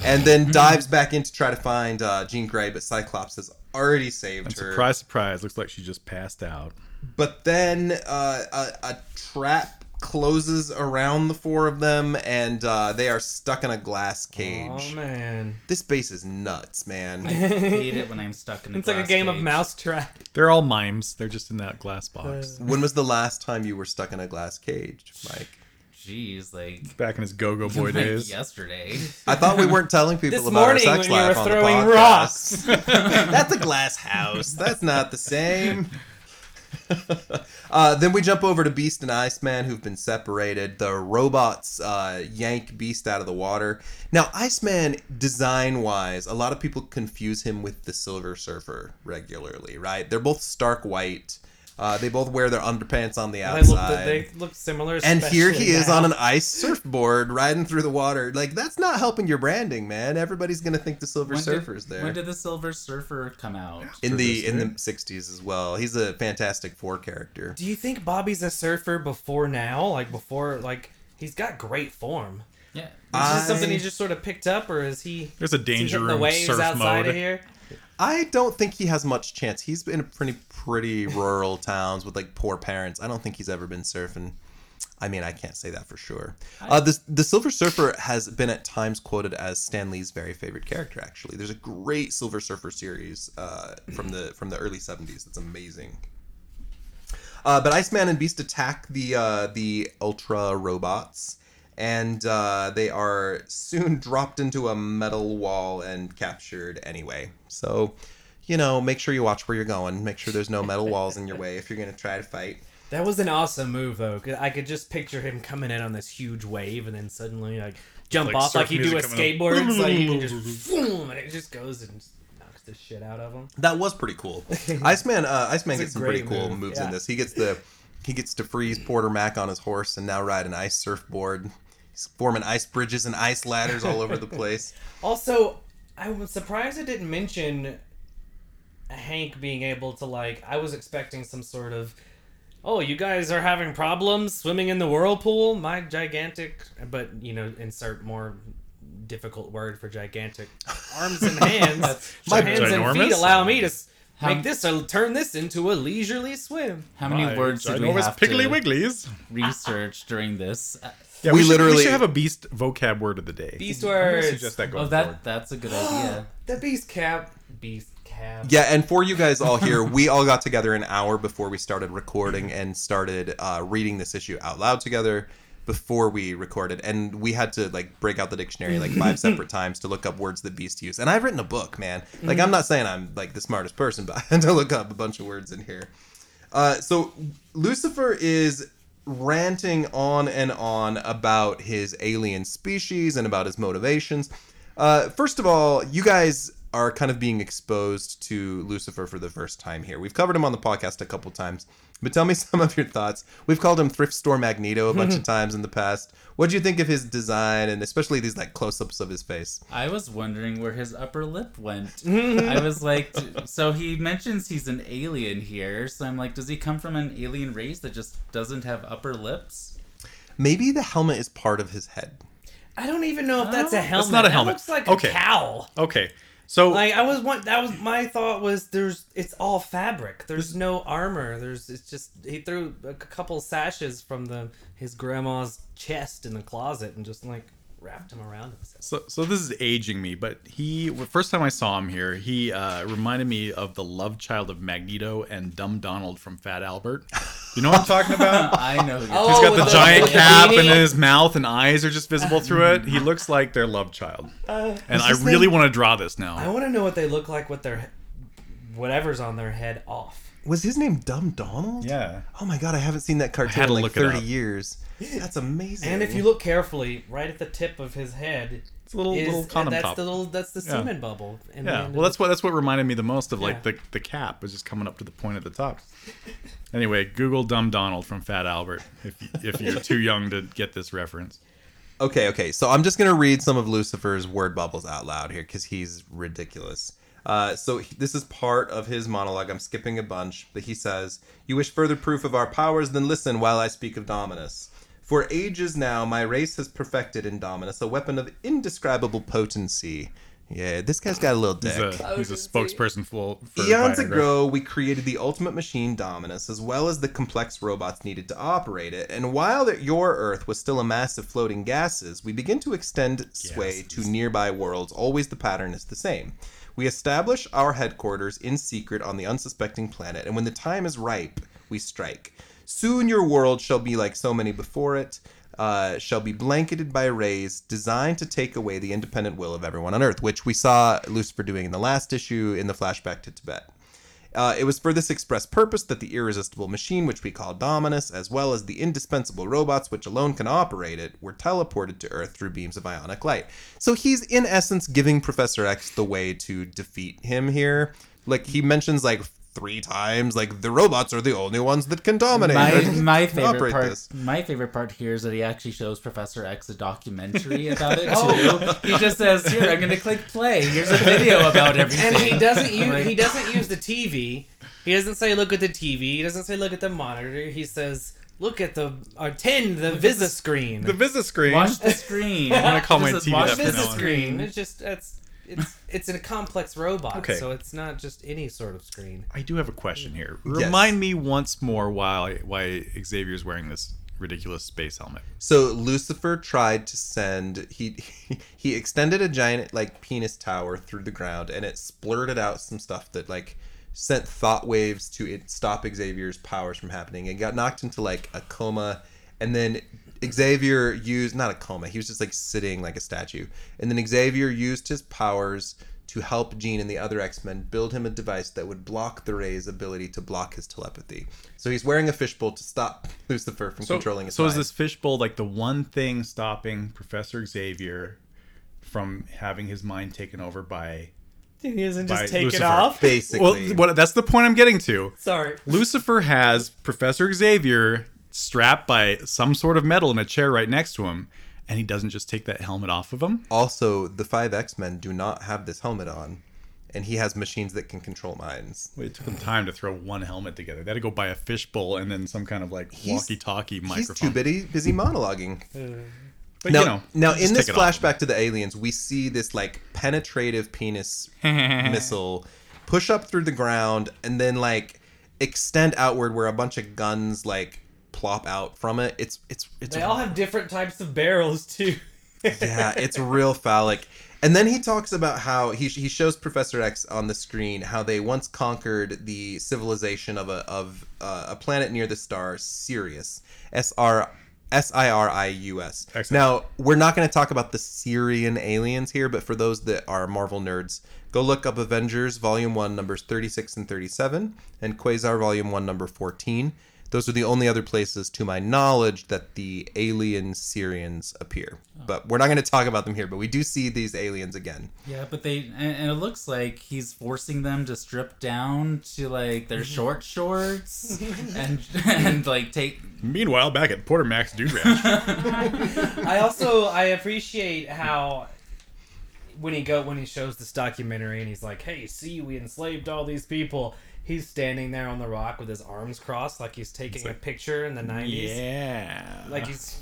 Speaker 1: and then dives back in to try to find uh, Jean Grey, but Cyclops has already saved her.
Speaker 2: Surprise, surprise! Looks like she just passed out.
Speaker 1: But then uh, a, a trap closes around the four of them, and uh, they are stuck in a glass cage.
Speaker 3: Oh, man.
Speaker 1: This base is nuts, man.
Speaker 4: hate it when I'm stuck in a
Speaker 3: It's like a
Speaker 4: glass
Speaker 3: game of
Speaker 4: cage.
Speaker 3: mousetrap.
Speaker 2: They're all mimes. They're just in that glass box.
Speaker 1: when was the last time you were stuck in a glass cage, Mike?
Speaker 4: Jeez, like
Speaker 2: Back in his go-go boy
Speaker 4: like
Speaker 2: days.
Speaker 4: yesterday.
Speaker 1: I thought we weren't telling people
Speaker 3: This
Speaker 1: about our
Speaker 3: morning
Speaker 1: sex
Speaker 3: when you
Speaker 1: life
Speaker 3: were
Speaker 1: on
Speaker 3: throwing
Speaker 1: the podcast.
Speaker 3: rocks.
Speaker 1: That's a glass house. That's not the same. uh, then we jump over to Beast and Iceman, who've been separated. The robots uh, yank Beast out of the water. Now, Iceman, design wise, a lot of people confuse him with the Silver Surfer regularly, right? They're both stark white. Uh, they both wear their underpants on the
Speaker 3: They
Speaker 1: outside.
Speaker 3: look, they look similar.
Speaker 1: And here he
Speaker 3: especially
Speaker 1: is
Speaker 3: now.
Speaker 1: on an ice surfboard riding through the water. Like that's not helping your branding, man. Everybody's gonna think the Silver
Speaker 4: When did-
Speaker 1: Surfer's there.
Speaker 4: When did the Silver Surfer come out?
Speaker 1: in the in the
Speaker 2: Surfer's
Speaker 1: '60s as well. He's a Fantastic Four character.
Speaker 3: Do you think Bobby's a surfer before now? Like, before, like, he's got great form.
Speaker 4: Yeah.
Speaker 1: Ah,
Speaker 3: Is this something
Speaker 1: I-
Speaker 3: he just sort of picked up, or is he.
Speaker 2: There's a
Speaker 3: is he
Speaker 2: danger
Speaker 3: hitting the
Speaker 2: room
Speaker 3: waves
Speaker 2: surf
Speaker 3: outside of
Speaker 2: mode.
Speaker 3: here?
Speaker 1: I don't think he has much chance. He's been in pretty pretty rural towns with like poor parents. I don't think he's ever been surfing. I mean, I can't say that for sure. Uh, the the Silver Surfer has been at times quoted as Stan Lee's very favorite character. Actually, there's a great Silver Surfer series uh, from
Speaker 4: Mm.
Speaker 1: the from the early '70s that's amazing. Uh, but Iceman and Beast attack the uh, the Ultra robots, and uh, they are soon dropped into a metal wall and captured anyway. So, you know, make sure you watch where you're going. Make sure there's no metal walls in your way if you're going to try to fight.
Speaker 3: That was an awesome move, though. 'cause I could just picture him coming in on this huge wave and then suddenly, like, jump
Speaker 2: Like
Speaker 3: off
Speaker 2: surf
Speaker 3: like you do a
Speaker 2: music coming
Speaker 3: skateboard. It's like, you just, boom, and it just goes and just knocks the shit out of him.
Speaker 1: That was pretty cool. Iceman, uh, Iceman
Speaker 3: It's a
Speaker 1: gets some pretty
Speaker 3: great
Speaker 1: cool
Speaker 3: move,
Speaker 1: moves
Speaker 3: yeah.
Speaker 1: in this. He gets the he gets to freeze Porter Mac on his horse and now ride an ice surfboard. He's forming ice bridges and ice ladders all over the place.
Speaker 3: Also, I was surprised it didn't mention Hank being able to, like, I was expecting some sort of. Oh, you guys are having problems swimming in the whirlpool? My gigantic, but you know, insert more difficult word for gigantic arms and hands. My
Speaker 2: gi-
Speaker 3: hands and feet
Speaker 2: ginormous?
Speaker 3: allow me to s-
Speaker 2: Um,
Speaker 4: How-
Speaker 3: make this or turn this into a leisurely swim.
Speaker 4: How many
Speaker 2: My
Speaker 4: words did we
Speaker 2: ginormous
Speaker 4: have
Speaker 2: Piggly
Speaker 1: Ah.
Speaker 4: to
Speaker 2: Wigglies.
Speaker 4: research during this uh,
Speaker 2: Yeah,
Speaker 1: We
Speaker 2: we, should,
Speaker 1: literally-
Speaker 2: we should have a beast vocab word of the day.
Speaker 3: Beast
Speaker 2: I'm gonna
Speaker 3: words.
Speaker 2: suggest that going
Speaker 4: Oh, that
Speaker 2: forward.
Speaker 4: that's a good idea.
Speaker 3: The beast cap. Beast cap.
Speaker 1: Yeah, and for you guys all here, we all got together an hour before we started recording and started uh, reading this issue out loud together before we recorded. And we had to like break out the dictionary like five separate times to look up words that beast use. And I've written a book, man. Like I'm not saying I'm like the smartest person, but I had to look up a bunch of words in here. Uh, so Lucifer is ranting on and on about his alien species and about his motivations. Uh, first of all, you guys are kind of being exposed to Lucifer for the first time here. We've covered him on the podcast a couple times, but tell me some of your thoughts. We've called him Thrift Store Magneto a bunch of times in the past. What do you think of his design and especially these like close-ups of his face?
Speaker 4: I was wondering where his upper lip went. I was like, d- so he mentions he's an alien here. So I'm like, does he come from an alien race that just doesn't have upper lips?
Speaker 1: Maybe the helmet is part of his head.
Speaker 3: I don't even know if that's a helmet.
Speaker 2: That's not a
Speaker 3: That
Speaker 2: helmet.
Speaker 3: looks like
Speaker 2: Okay.
Speaker 3: a cowl.
Speaker 2: Okay, so
Speaker 3: Like I was one. That was my thought. Was there's it's all fabric. There's no armor. There's it's just he threw a c- couple sashes from the his grandma's chest in the closet and just like wrapped him around himself.
Speaker 2: So, so this is aging me, but he first time I saw him here, he uh, reminded me of the love child of Magneto and Dumb Donald from Fat Albert. You know what I'm talking about?
Speaker 4: I know. You're
Speaker 3: Oh,
Speaker 2: He's got
Speaker 3: with
Speaker 2: the
Speaker 3: the-
Speaker 2: giant
Speaker 3: with the
Speaker 2: cap, and
Speaker 3: beanie.
Speaker 2: then his mouth and eyes are just visible through it. He looks like their love child, and I
Speaker 1: his
Speaker 2: really
Speaker 1: name?
Speaker 2: want to draw this
Speaker 3: I
Speaker 2: now.
Speaker 3: want to know what they look like with their whatever's on their head off.
Speaker 1: Was his name Dumb Donald?
Speaker 2: Yeah,
Speaker 1: Oh my god, I haven't seen that cartoon
Speaker 2: had
Speaker 1: in
Speaker 2: to
Speaker 1: like
Speaker 2: look it
Speaker 1: 30
Speaker 2: up.
Speaker 1: years. That's amazing.
Speaker 3: And if you look carefully, right at the tip of his head,
Speaker 2: it's a little
Speaker 3: is-
Speaker 2: little condom
Speaker 3: that's
Speaker 2: top.
Speaker 3: the little that's the
Speaker 2: Yeah.
Speaker 3: semen bubble. in the
Speaker 2: yeah,
Speaker 3: end
Speaker 2: well,
Speaker 3: of
Speaker 2: that's what that's what reminded me the most of like
Speaker 3: Yeah.
Speaker 2: the the cap was just coming up to the point at the top. Anyway, Google Dumb Donald from Fat Albert if if you're too young to get this reference.
Speaker 1: Okay, okay. So I'm just going to read some of Lucifer's word bubbles out loud here because he's ridiculous. Uh, so he- this is part of his monologue. I'm skipping a bunch, but he says, You wish further proof of our powers? Then listen while I speak of Dominus. For ages now, my race has perfected in Dominus a weapon of indescribable potency. Yeah, this guy's got a little dick.
Speaker 2: He's a, he's a spokesperson for, for
Speaker 1: Eons
Speaker 2: Viagra.
Speaker 1: ago, we created the ultimate machine, Dominus, as well as the complex robots needed to operate it. And while that your Earth was still a mass of floating gases, we begin to extend sway to nearby worlds. Always the pattern is the same. We establish our headquarters in secret on the unsuspecting planet, and when the time is ripe, we strike. Soon your world shall be like so many before it, uh, shall be blanketed by rays designed to take away the independent will of everyone on Earth, which we saw Lucifer doing in the last issue in the flashback to Tibet. Uh, it was for this express purpose that the irresistible machine, which we call Dominus, as well as the indispensable robots, which alone can operate it, were teleported to Earth through beams of ionic light. So he's, in essence, giving Professor X the way to defeat him here. Like, he mentions, like, three times, like, the robots are the only ones that can dominate.
Speaker 4: My,
Speaker 1: or
Speaker 4: my
Speaker 1: operate
Speaker 4: favorite part.
Speaker 1: this.
Speaker 4: My favorite part here is that he actually shows Professor X a documentary about it too.
Speaker 3: Oh.
Speaker 4: He just says, "Here, I'm going to click play. Here's a video about everything."
Speaker 3: and he doesn't use
Speaker 4: Like-
Speaker 3: he doesn't use the TV. He doesn't say look at the TV. He doesn't say look at the monitor. He says look at the attend the Visa screen.
Speaker 2: The Visa screen.
Speaker 4: Watch the screen.
Speaker 3: I'm
Speaker 2: gonna call
Speaker 4: Just
Speaker 2: my
Speaker 4: says,
Speaker 2: TV
Speaker 4: "Watch
Speaker 2: that from
Speaker 4: the
Speaker 2: now on."
Speaker 4: screen.
Speaker 3: It's just it's it's it's a complex robot,
Speaker 2: Okay.
Speaker 3: so it's not just any sort of screen.
Speaker 2: I do have a question here.
Speaker 1: Yes.
Speaker 2: Remind me once more why why Xavier's wearing this ridiculous space helmet.
Speaker 1: So Lucifer tried to send he he extended a giant like penis tower through the ground and it splurted out some stuff that like sent thought waves to it stop Xavier's powers from happening and got knocked into like a coma and then Xavier used not a coma he was just like sitting like a statue and then Xavier used his powers to help Jean and the other X-Men build him a device that would block the Ray's ability to block his telepathy. So he's wearing a fishbowl to stop Lucifer from controlling his
Speaker 2: so is
Speaker 1: mind.
Speaker 2: this fishbowl like the one thing stopping Professor Xavier from having his mind taken over by
Speaker 3: He doesn't
Speaker 2: just By
Speaker 3: just
Speaker 2: take it
Speaker 3: take
Speaker 2: Lucifer.
Speaker 3: it
Speaker 2: off?
Speaker 3: off.
Speaker 1: basically.
Speaker 2: Well, what, that's the point I'm getting to.
Speaker 3: Sorry.
Speaker 2: Lucifer has Professor Xavier strapped by some sort of metal in a chair right next to him, and he doesn't just take that helmet off of him.
Speaker 1: also, the five X Men do not have this helmet on, and he has machines that can control minds.
Speaker 2: Well, It took him time to throw one helmet together. They had to go buy a fishbowl and then some kind of like
Speaker 1: He's-
Speaker 2: walkie-talkie
Speaker 1: He's
Speaker 2: microphone.
Speaker 1: too busy, busy monologuing.
Speaker 2: But
Speaker 1: now,
Speaker 2: you know,
Speaker 1: now
Speaker 2: just
Speaker 1: in this
Speaker 2: take it off.
Speaker 1: flashback to the aliens, we see this like penetrative penis missile push up through the ground and then like extend outward where a bunch of guns like plop out from it. It's it's it's
Speaker 3: They all have different types of barrels too.
Speaker 1: yeah, it's real phallic. And then he talks about how he, he shows Professor X on the screen how they once conquered the civilization of a of uh, a planet near the star Sirius S R S I R I U S.
Speaker 2: Excellent.
Speaker 1: Now we're not going to talk about the Syrian aliens here, but for those that are Marvel nerds, go look up Avengers Volume One numbers thirty six and thirty seven, and Quasar Volume One number fourteen. Those are the only other places, to my knowledge, that the alien Syrians appear. But we're not going to talk about them here. But we do see these aliens again.
Speaker 4: Yeah, but they and, and it looks like he's forcing them to strip down to like their
Speaker 3: Mm-hmm.
Speaker 4: short shorts and and like take
Speaker 2: Meanwhile, back at Porter Max Dude Ranch.
Speaker 3: I also I appreciate how when he go when he shows this documentary and he's like, "Hey, see, we enslaved all these people." He's standing there on the rock with his arms crossed, like he's taking a picture in the nineties.
Speaker 2: yeah.
Speaker 3: Like he's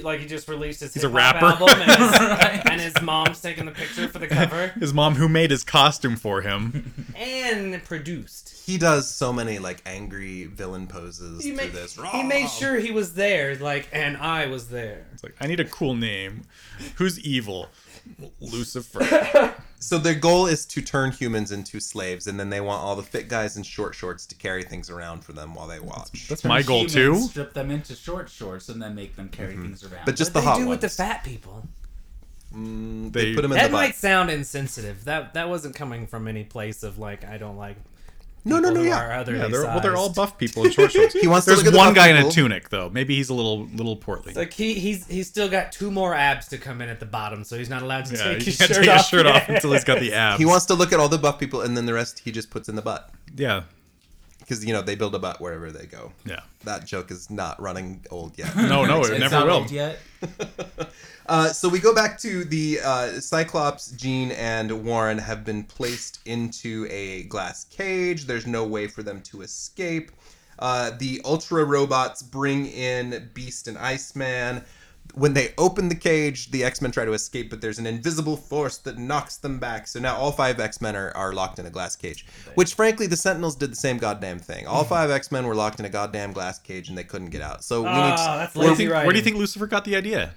Speaker 3: like he just released his
Speaker 2: a
Speaker 3: hip-hop
Speaker 2: rapper.
Speaker 3: album, and his,
Speaker 4: Right.
Speaker 3: and his mom's taking the picture for the cover
Speaker 2: his mom, who made his costume for him,
Speaker 3: and produced.
Speaker 1: He does so many like angry villain poses
Speaker 3: He
Speaker 1: through
Speaker 3: made,
Speaker 1: this.
Speaker 3: he made sure he was there, like, and I was there.
Speaker 2: it's like, I need a cool name. Who's evil? Lucifer.
Speaker 1: So their goal is to turn humans into slaves, and then they want all the fit guys in short shorts to carry things around for them while they watch.
Speaker 2: That's my goal
Speaker 4: humans,
Speaker 2: too. Mm-hmm.
Speaker 4: Strip them into short shorts and then make them carry things around.
Speaker 1: But just
Speaker 3: What
Speaker 1: the
Speaker 3: they
Speaker 1: hot
Speaker 3: do
Speaker 1: ones.
Speaker 3: with the fat people?
Speaker 1: Mm,
Speaker 2: They-
Speaker 1: they, put them in
Speaker 3: That
Speaker 1: the
Speaker 3: might
Speaker 1: box.
Speaker 3: sound insensitive. That that wasn't coming from any place of like I don't like.
Speaker 1: No, no,
Speaker 3: people
Speaker 1: no,
Speaker 3: who
Speaker 1: yeah.
Speaker 3: are otherly
Speaker 2: Yeah, they're, well, they're all
Speaker 3: sized.
Speaker 2: buff people in short shorts.
Speaker 1: He wants to
Speaker 2: There's
Speaker 1: look at the buff
Speaker 2: one guy in
Speaker 1: people.
Speaker 2: a tunic though. Maybe he's a little little portly.
Speaker 3: Like he he's he's still got two more abs to come in at the bottom, so he's not allowed to
Speaker 2: yeah,
Speaker 3: take
Speaker 2: you
Speaker 3: his
Speaker 2: can't
Speaker 3: shirt
Speaker 2: take
Speaker 3: off.
Speaker 2: his shirt off
Speaker 3: yet.
Speaker 2: until he's got the abs.
Speaker 1: He wants to look at all the buff people, and then the rest he just puts in the butt
Speaker 2: yeah,
Speaker 1: because you know they build a butt wherever they go.
Speaker 2: yeah.
Speaker 1: That joke is not running old yet.
Speaker 2: No, no, Oh, it
Speaker 4: It's
Speaker 2: never
Speaker 4: not
Speaker 2: will.
Speaker 4: old Yet.
Speaker 1: Uh, so we go back to the uh, Cyclops, Jean, and Warren have been placed into a glass cage. There's no way for them to escape. Uh, the Ultra robots bring in Beast and Iceman. When they open the cage, the X Men try to escape, but there's an invisible force that knocks them back. So now all five X Men are, are locked in a glass cage. Which, frankly, the Sentinels did the same goddamn thing. All five X Men were locked in a goddamn glass cage and they couldn't get out. So we need
Speaker 3: Ah,
Speaker 1: to-
Speaker 3: that's
Speaker 2: Where do, you
Speaker 3: lazy
Speaker 2: think,
Speaker 3: writing.
Speaker 2: where do you think Lucifer got the idea?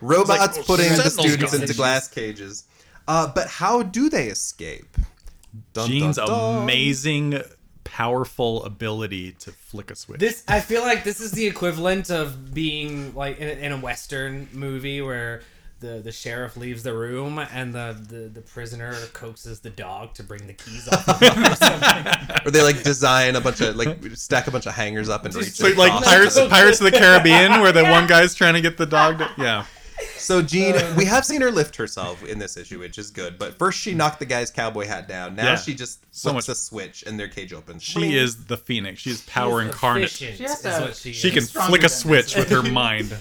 Speaker 1: Robots
Speaker 2: It's like,
Speaker 1: putting the
Speaker 2: Sentinels
Speaker 1: students
Speaker 2: got
Speaker 1: into
Speaker 2: it.
Speaker 1: glass cages. Uh, but how do they escape? Dun,
Speaker 2: Jean's
Speaker 1: dun, dun.
Speaker 2: amazing, powerful ability to flick a switch.
Speaker 3: This I feel like this is the equivalent of being like in, in a western movie where the, the sheriff leaves the room and the, the, the prisoner coaxes the dog to bring the keys off. the lock or something.
Speaker 1: Or they like design a bunch of like stack a bunch of hangers up and reach.
Speaker 2: so
Speaker 1: it
Speaker 2: like
Speaker 1: across.
Speaker 2: Pirates, Pirates of the Caribbean, where the one guy's trying to get the dog. To, yeah,
Speaker 1: So Jean, we have seen her lift herself in this issue, which is good. But first she knocked the guy's cowboy hat down. Now
Speaker 2: Yeah.
Speaker 1: she just flips
Speaker 2: So much-
Speaker 1: a switch and their cage opens.
Speaker 2: she is the phoenix. She's power incarnate.
Speaker 3: Efficient
Speaker 4: She has
Speaker 3: is
Speaker 4: to-
Speaker 3: what she,
Speaker 2: She
Speaker 3: is.
Speaker 2: can
Speaker 4: stronger
Speaker 2: flick a
Speaker 4: than
Speaker 2: switch
Speaker 4: this.
Speaker 2: with her mind.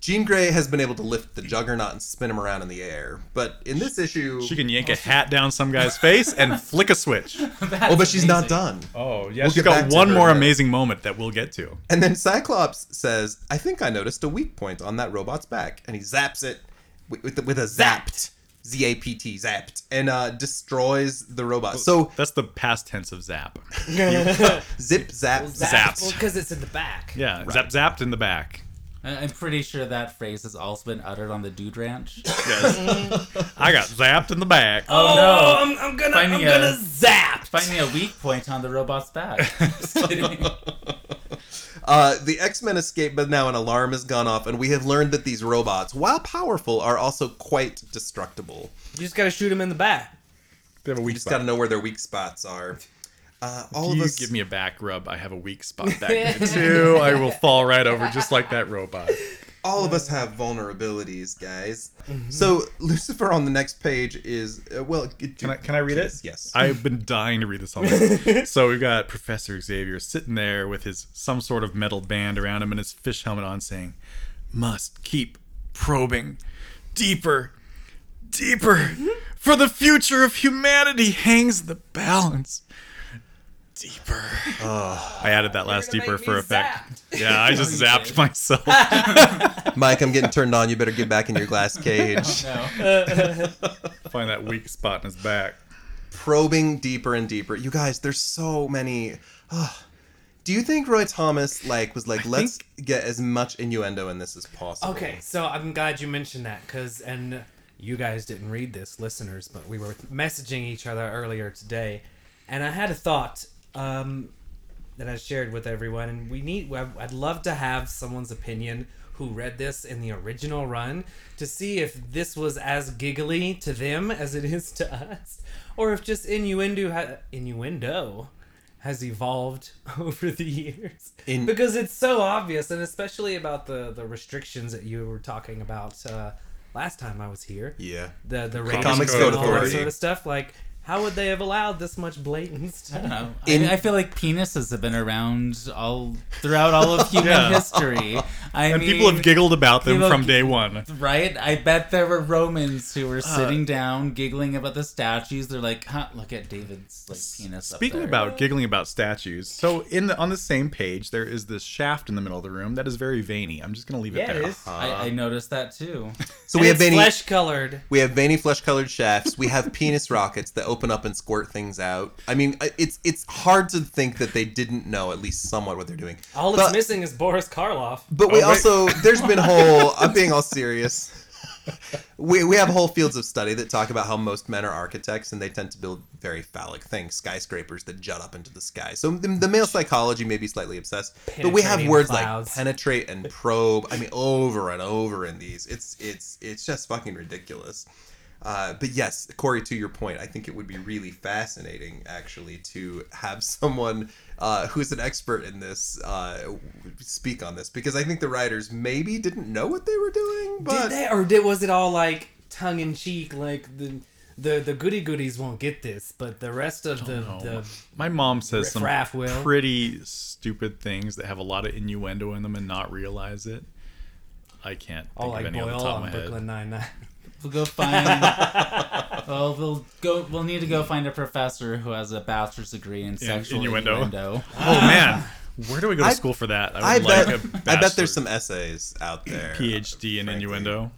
Speaker 1: Jean Grey has been able to lift the juggernaut and spin him around in the air. But in this issue,
Speaker 2: She can yank a hat down some guy's face and flick a switch.
Speaker 1: oh, but she's not done.
Speaker 2: Oh yeah,
Speaker 1: We'll
Speaker 2: she's
Speaker 1: get back
Speaker 2: got
Speaker 1: to
Speaker 2: one
Speaker 1: her
Speaker 2: more
Speaker 1: then.
Speaker 2: amazing moment that we'll get to.
Speaker 1: And then Cyclops says, I think I noticed a weak point on that robot's back. And he zaps it with, with, with a zapped, Z A P T, zapped, and uh, destroys the robot. So
Speaker 2: That's the past tense of zap.
Speaker 1: zip, zap,
Speaker 3: Zapped.
Speaker 1: zap.
Speaker 2: Zapped.
Speaker 3: Well, because it's in the back.
Speaker 2: Yeah, zap zapped in the back.
Speaker 4: I- I'm pretty sure that phrase has also been uttered on the Dude Ranch.
Speaker 2: Oh, Yes. I got zapped in the back.
Speaker 4: Oh,
Speaker 2: um,
Speaker 4: no!
Speaker 3: I'm, I'm gonna,
Speaker 4: Finding
Speaker 3: I'm gonna
Speaker 4: a-
Speaker 3: zap.
Speaker 4: Find me a weak point on the robot's back. Just kidding.
Speaker 1: Uh, the X Men escape, but now an alarm has gone off, and we have learned that these robots, while powerful, are also quite destructible.
Speaker 3: You just gotta shoot him in the back.
Speaker 2: They have a
Speaker 1: We
Speaker 2: weak
Speaker 1: just got to know where their weak spots are. Uh, all
Speaker 2: you
Speaker 1: of us.
Speaker 2: give me a back rub. I have a weak spot back there too. I will fall right over just like that robot.
Speaker 1: all of us have vulnerabilities, guys. So Lucifer on the next page is uh, well.
Speaker 2: Can I, can I read it?
Speaker 1: Yes.
Speaker 2: I've been dying to read this all night. so we've got Professor Xavier sitting there with his some sort of metal band around him and his fish helmet on, saying, "Must keep probing deeper, deeper, for the future of humanity hangs in the balance." Deeper. I added that last
Speaker 3: gonna
Speaker 2: deeper
Speaker 3: make
Speaker 2: for
Speaker 3: me
Speaker 2: effect. Yeah, I just
Speaker 4: Oh, you
Speaker 2: zapped
Speaker 4: did.
Speaker 2: myself.
Speaker 1: Mike, I'm getting turned on. You better get back in your glass cage.
Speaker 4: No.
Speaker 2: Find that weak spot in his back.
Speaker 1: Probing deeper and deeper. You guys, there's so many. ah, Do you think Roy Thomas like was like, let's get as much innuendo in this as possible?
Speaker 3: Okay, so I'm glad you mentioned that because, and you guys didn't read this, listeners, but we were messaging each other earlier today, and I had a thought um, that I shared with everyone, and we need. I'd love to have someone's opinion who read this in the original run to see if this was as giggly to them as it is to us, or if just innuendo ha- innuendo has evolved over the years
Speaker 1: In-
Speaker 3: because it's so obvious and especially about the the restrictions that you were talking about uh, last time I was here
Speaker 1: Yeah.
Speaker 3: the the ratings
Speaker 1: Comics
Speaker 3: and
Speaker 1: Code
Speaker 3: all that
Speaker 1: Authority.
Speaker 3: sort of stuff like how would they have allowed this much blatant
Speaker 4: I
Speaker 3: stuff
Speaker 4: don't know.
Speaker 1: In-
Speaker 4: Um, I, I feel like penises have been around all throughout all of human
Speaker 2: Yeah.
Speaker 4: history. I
Speaker 2: and
Speaker 4: mean,
Speaker 2: people have giggled about them
Speaker 4: people-
Speaker 2: from day one.
Speaker 4: Right? I bet there were Romans
Speaker 2: Uh,
Speaker 4: who were sitting down, giggling about the statues. They're like, huh, look at David's like penis. up
Speaker 2: Speaking
Speaker 4: there."
Speaker 2: about giggling about statues, so in the, on the same page there is this shaft in the middle of the room that is very veiny. I'm just gonna leave
Speaker 3: yeah
Speaker 2: it there. Uh-huh.
Speaker 3: it is
Speaker 2: uh,
Speaker 4: I, I noticed that too.
Speaker 1: So we have
Speaker 2: e-
Speaker 1: veiny,
Speaker 3: flesh colored
Speaker 1: we have veiny flesh-colored shafts. We have penis rockets that open up and squirt things out. I mean, I- it's it's hard to think that they didn't know at least somewhat what they're doing.
Speaker 3: all
Speaker 1: but,
Speaker 3: that's missing is Boris Karloff
Speaker 1: But we
Speaker 2: Oh, wait.
Speaker 1: also there's been whole. I'm being all serious. We, we have whole fields of study that talk about how most men are architects and they tend to build very phallic things, skyscrapers that jut up into the sky. So the, the male psychology may be slightly obsessed, but we have
Speaker 3: Penetrating
Speaker 1: words
Speaker 3: clouds.
Speaker 1: like penetrate and probe. I mean, over and over in these. It's it's it's just fucking ridiculous. Uh, but yes, Corey, to your point, I think it would be really fascinating actually to have someone uh, who's an expert in this uh, w- speak on this because I think the writers maybe didn't know what they were doing. But
Speaker 3: did they or did was it all like tongue in cheek like the the the goody goodies won't get this but the rest of the,
Speaker 2: Oh,
Speaker 3: the
Speaker 2: my mom says some
Speaker 3: Riff-raff will.
Speaker 2: pretty stupid things that have a lot of innuendo in them and not realize it. I can't think
Speaker 3: all oh, like
Speaker 2: of any
Speaker 3: Boyle
Speaker 2: on the top of
Speaker 3: on
Speaker 2: my
Speaker 3: Brooklyn
Speaker 2: head.
Speaker 3: Nine Nine
Speaker 4: We'll go find. well, we'll go. We'll need to go find a professor who has a bachelor's degree in sexual
Speaker 2: innuendo.
Speaker 4: innuendo.
Speaker 2: Oh man, where do we go to
Speaker 1: I-
Speaker 2: school for that?
Speaker 1: I
Speaker 2: would
Speaker 1: bet
Speaker 2: a
Speaker 1: I bet there's
Speaker 2: bachelor's
Speaker 1: some essays out there.
Speaker 2: PhD in
Speaker 1: frankly.
Speaker 2: innuendo.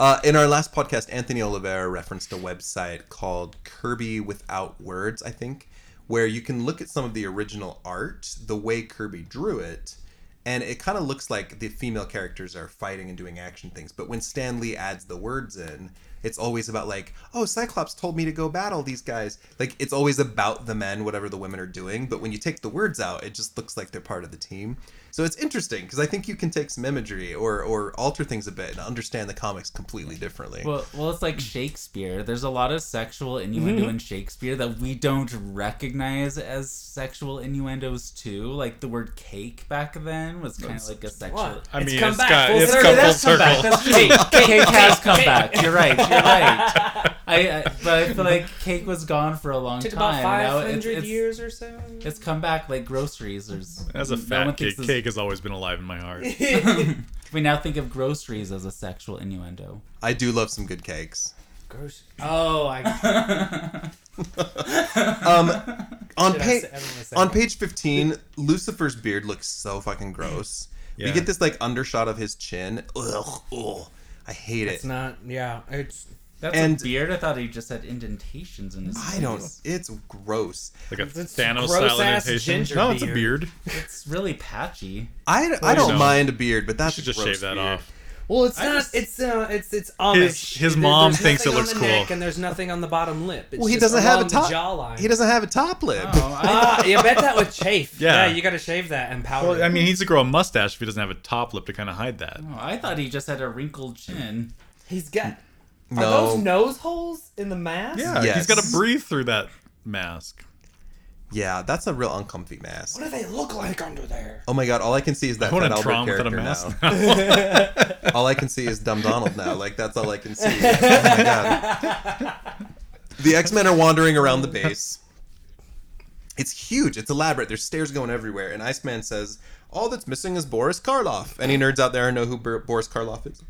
Speaker 1: Uh, in our last podcast, Anthony Oliveira referenced a website called Kirby Without Words, I think, where you can look at some of the original art, the way Kirby drew it, and it kind of looks like the female characters are fighting and doing action things. But when Stan Lee adds the words in, it's always about like, oh, Cyclops told me to go battle these guys. Like it's always about the men, whatever the women are doing. But when you take the words out, it just looks like they're part of the team. So it's interesting because I think you can take some imagery or or alter things a bit and understand the comics completely differently.
Speaker 4: Well, well, it's like Shakespeare. There's a lot of sexual
Speaker 3: Mm-hmm.
Speaker 4: innuendo in Shakespeare that we don't recognize as sexual innuendos too. Like the word cake back then was kind of like a sexual.
Speaker 3: What?
Speaker 2: I
Speaker 3: It's
Speaker 2: mean,
Speaker 3: come
Speaker 2: it's
Speaker 3: back,
Speaker 2: got-
Speaker 3: full
Speaker 2: it's
Speaker 3: circle.
Speaker 2: come
Speaker 4: It has
Speaker 2: full
Speaker 4: come back.
Speaker 2: circle.
Speaker 4: That's true. Cake, has come back. You're right. You're right. I, I but I feel like cake was gone for a long
Speaker 3: took
Speaker 4: time.
Speaker 3: about
Speaker 4: Now
Speaker 3: five
Speaker 4: it's-
Speaker 3: hundred
Speaker 4: it's-
Speaker 3: years or so
Speaker 4: It's come back like groceries. There's
Speaker 2: As a
Speaker 4: no
Speaker 2: fat
Speaker 4: one
Speaker 2: kid,
Speaker 4: thinks this-
Speaker 2: cake has always been alive in my heart.
Speaker 4: We now think of groceries as a sexual innuendo.
Speaker 1: I do love some good cakes.
Speaker 3: Gross. Oh, I,
Speaker 1: Um, on
Speaker 3: Should I
Speaker 1: page
Speaker 3: say- everyone was saying
Speaker 1: on
Speaker 3: that.
Speaker 1: page fifteen, Lucifer's beard looks so fucking gross. We
Speaker 2: Yeah.
Speaker 1: get this like undershot of his chin. Ugh, ugh. I hate it.
Speaker 3: it's not. Yeah, it's
Speaker 4: That's
Speaker 1: And-
Speaker 4: a beard. I thought he just had indentations in his.
Speaker 1: I don't.
Speaker 4: face.
Speaker 1: It's gross.
Speaker 2: Like a
Speaker 3: It's
Speaker 2: Thanos
Speaker 3: gross-ass
Speaker 2: style imitation.
Speaker 3: ginger
Speaker 2: No, it's a
Speaker 3: beard.
Speaker 2: beard. You
Speaker 4: It's really patchy.
Speaker 1: I, I
Speaker 2: no.
Speaker 1: don't mind a beard, but that's
Speaker 2: should just
Speaker 1: gross
Speaker 2: shave that
Speaker 1: beard.
Speaker 2: off.
Speaker 3: well, it's
Speaker 2: I
Speaker 3: not.
Speaker 2: just-
Speaker 3: it's uh, it's it's Amish.
Speaker 2: His- his mom
Speaker 3: there's
Speaker 2: thinks it
Speaker 3: nothing on
Speaker 2: looks
Speaker 3: the
Speaker 2: cool.
Speaker 3: neck and there's nothing on the bottom lip. It's
Speaker 1: Well, he
Speaker 3: just
Speaker 1: doesn't have a
Speaker 3: along
Speaker 1: top.
Speaker 3: The jawline.
Speaker 1: He doesn't have a top lip.
Speaker 4: Oh, I,
Speaker 3: Ah, you bet that would chafe.
Speaker 2: Yeah.
Speaker 3: you got to shave that and powder.
Speaker 2: Well,
Speaker 3: it.
Speaker 2: I mean, he needs to grow a mustache if he doesn't have a top lip to kind of hide that.
Speaker 4: oh, I thought he just had a wrinkled chin.
Speaker 3: he's got. Are
Speaker 1: No.
Speaker 3: those nose holes in the mask?
Speaker 2: Yeah,
Speaker 1: Yes.
Speaker 2: he's got to breathe through that mask.
Speaker 1: Yeah, that's a real uncomfy mask.
Speaker 3: What do they look like under there?
Speaker 1: Oh my god! All I can see is that
Speaker 2: I want
Speaker 1: Fat
Speaker 2: a
Speaker 1: Albert
Speaker 2: Tron without a
Speaker 1: character
Speaker 2: mask.
Speaker 1: now.
Speaker 2: now.
Speaker 1: All I can see is Dumb Donald now. Like that's all I can see. Oh my god! The X Men are wandering around the base. It's huge. It's elaborate. There's stairs going everywhere. And Iceman says, "All that's missing is Boris Karloff." Any nerds out there know who Bor- Boris Karloff is?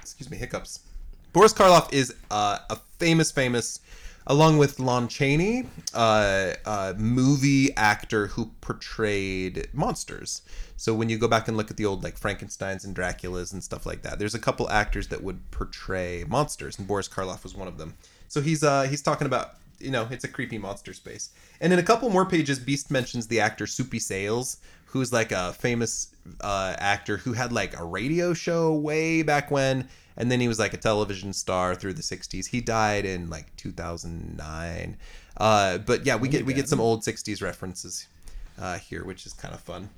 Speaker 1: Excuse me, hiccups. Boris Karloff is uh, a famous, famous, along with Lon Chaney, uh, uh, movie actor who portrayed monsters. So when you go back and look at the old like Frankenstein's and Dracula's and stuff like that, there's a couple actors that would portray monsters, and Boris Karloff was one of them. So he's uh, he's talking about you know, it's a creepy monster space. And in a couple more pages, Beast mentions the actor Soupy Sales, who's like a famous uh, actor who had like a radio show way back when, and then he was like a television star through the '60s. He died in like 2009. Uh, but yeah, we get we get some old '60s references uh, here, which is kind of fun.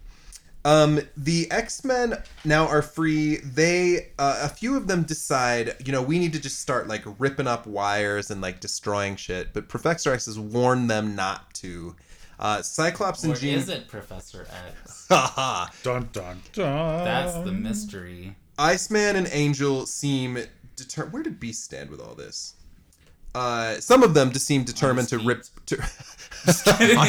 Speaker 1: Um, the X Men now are free. They uh, a few of them decide, you know, we need to just start like ripping up wires and like destroying shit. But Professor X has warned them not to. Uh, Cyclops
Speaker 4: Or
Speaker 1: and Jean.
Speaker 4: is it Professor X?
Speaker 1: Haha.
Speaker 2: Dun dun dun.
Speaker 4: That's the
Speaker 2: Um,
Speaker 4: mystery.
Speaker 1: Iceman and Angel seem deter- where did Beast stand with all this? Uh, some of them just seem determined to
Speaker 4: feet.
Speaker 1: rip. To-
Speaker 2: on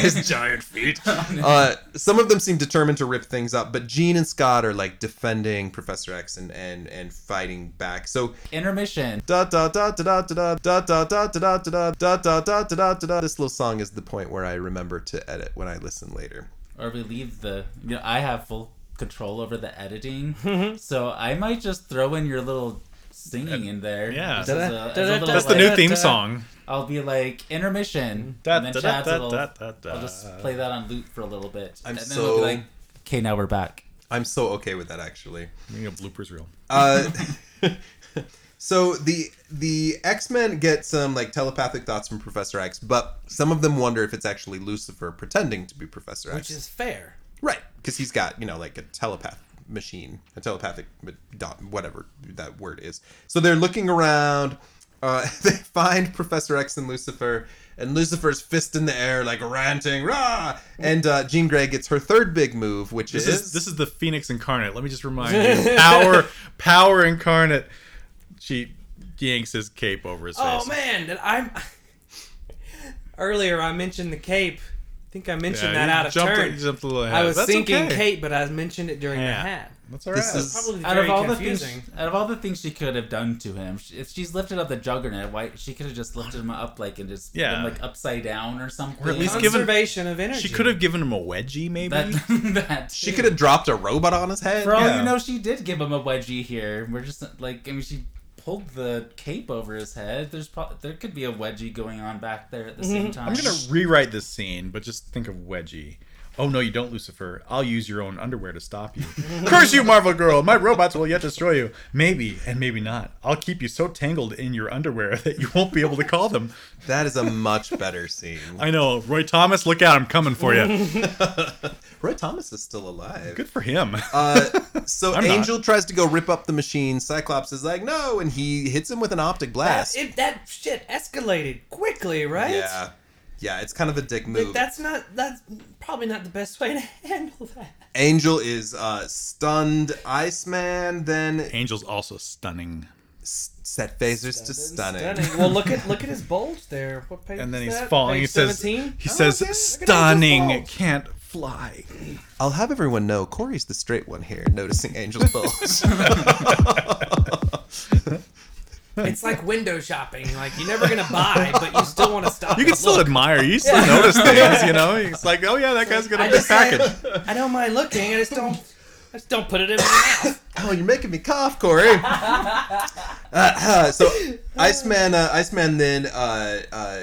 Speaker 2: his giant feet.
Speaker 1: uh, some of them seem determined to rip things up, but Jean and Scott are like defending Professor X and and and fighting back. So
Speaker 4: Intermission.
Speaker 1: da da da da da da da da da da da da da da da da da da da da. This little song is the point where I remember to edit when I listen later.
Speaker 4: or we leave the you know i have full control over the editing so i might just throw in your little singing in there
Speaker 2: Yeah.
Speaker 4: just as a- as a little,
Speaker 2: That's the new
Speaker 4: like,
Speaker 2: theme song.
Speaker 4: i'll be like intermission
Speaker 2: Da,
Speaker 4: and then
Speaker 2: da,
Speaker 4: Chad's
Speaker 2: da,
Speaker 4: little-
Speaker 2: da, da, da.
Speaker 4: i'll just play that on loop for a little bit
Speaker 1: I'm
Speaker 4: and then
Speaker 1: so
Speaker 4: we'll be like okay now we're back
Speaker 1: I'm so okay with that actually.
Speaker 2: Making a bloopers reel.
Speaker 1: Uh, so the the X-Men get some like telepathic thoughts from Professor X, but some of them wonder if it's actually Lucifer pretending to be Professor X.
Speaker 3: which is fair.
Speaker 1: right, because he's got, you know, like a telepath machine, a telepathic ma- dot, whatever that word is. So they're looking around uh, they find Professor X and Lucifer, and Lucifer's fist in the air, like ranting, rah! And uh, Jean Grey gets her third big move, which
Speaker 2: This
Speaker 1: is,
Speaker 2: is this is the Phoenix incarnate. Let me just remind you, power power incarnate. She yanks his cape over his
Speaker 3: Oh
Speaker 2: face.
Speaker 3: man, did I'm earlier I mentioned the cape. I think I mentioned that
Speaker 2: you
Speaker 3: out of
Speaker 2: jumped,
Speaker 3: turn.
Speaker 2: you jumped a little ahead.
Speaker 3: I was
Speaker 2: That's
Speaker 3: thinking
Speaker 2: okay.
Speaker 3: cape, but I mentioned it during
Speaker 2: Yeah.
Speaker 3: the hat.
Speaker 2: That's all right.
Speaker 1: This is-
Speaker 3: Probably
Speaker 4: out
Speaker 3: very
Speaker 4: of all
Speaker 3: confusing.
Speaker 4: the things out of all the things she could have done to him she, if she's lifted up the juggernaut why she could have just lifted him up like and just put
Speaker 2: Yeah.
Speaker 4: him, like upside down or something
Speaker 2: at least give him-
Speaker 3: Conservation of energy.
Speaker 2: she could have given him a wedgie, maybe.
Speaker 4: that, that
Speaker 1: she
Speaker 4: too.
Speaker 1: could have dropped a robot on his head.
Speaker 4: For all
Speaker 2: Yeah.
Speaker 4: you know, she did give him a wedgie here. We're just like, I mean, she pulled the cape over his head. There's pro- there could be a wedgie going on back there at the same time.
Speaker 2: Mm-hmm. I'm gonna rewrite this scene, but just think of wedgie. Oh no, you don't, Lucifer. I'll use your own underwear to stop you. Curse you, Marvel Girl! My robots will yet destroy you. Maybe, and maybe not. I'll keep you so tangled in your underwear that you won't be able to call them.
Speaker 1: That is a much better scene.
Speaker 2: I know, Roy Thomas, look out, I'm coming for you.
Speaker 1: Roy Thomas is still alive.
Speaker 2: Good for him.
Speaker 1: Uh, so
Speaker 2: I'm not.
Speaker 1: Angel tries to go rip up the machine. Cyclops is like, no, and he hits him with an optic
Speaker 3: That,
Speaker 1: blast.
Speaker 3: it, that shit escalated quickly, right?
Speaker 1: Yeah, yeah, it's kind of a dick
Speaker 3: But
Speaker 1: move.
Speaker 3: that's not. That's probably not the best way to handle that.
Speaker 1: Angel is uh, stunned. Iceman then
Speaker 2: Angel's also stunning.
Speaker 1: s- set phasers to stunning.
Speaker 3: Well, look at look at his bulge there. What page?
Speaker 2: And then
Speaker 3: is
Speaker 2: he's
Speaker 3: that?
Speaker 2: falling.
Speaker 3: Page
Speaker 2: he says,
Speaker 3: 17?
Speaker 2: he
Speaker 3: Oh,
Speaker 2: says,
Speaker 3: look at- look at Angel's
Speaker 2: stunning
Speaker 3: bulge.
Speaker 2: can't fly.
Speaker 1: I'll have everyone know Corey's the straight one here, noticing Angel's bulge.
Speaker 3: It's like window shopping. Like you're never gonna buy, but you still want to stop.
Speaker 2: You can
Speaker 3: and
Speaker 2: still
Speaker 3: look.
Speaker 2: admire. You still notice things, you know? It's like, oh yeah, that guy's got a
Speaker 3: I
Speaker 2: big
Speaker 3: just like-
Speaker 2: package.
Speaker 3: I don't mind looking. I just don't. I just don't put it in my mouth.
Speaker 1: Oh, you're making me cough, Corey. uh, so, Iceman, uh, Iceman then uh, uh,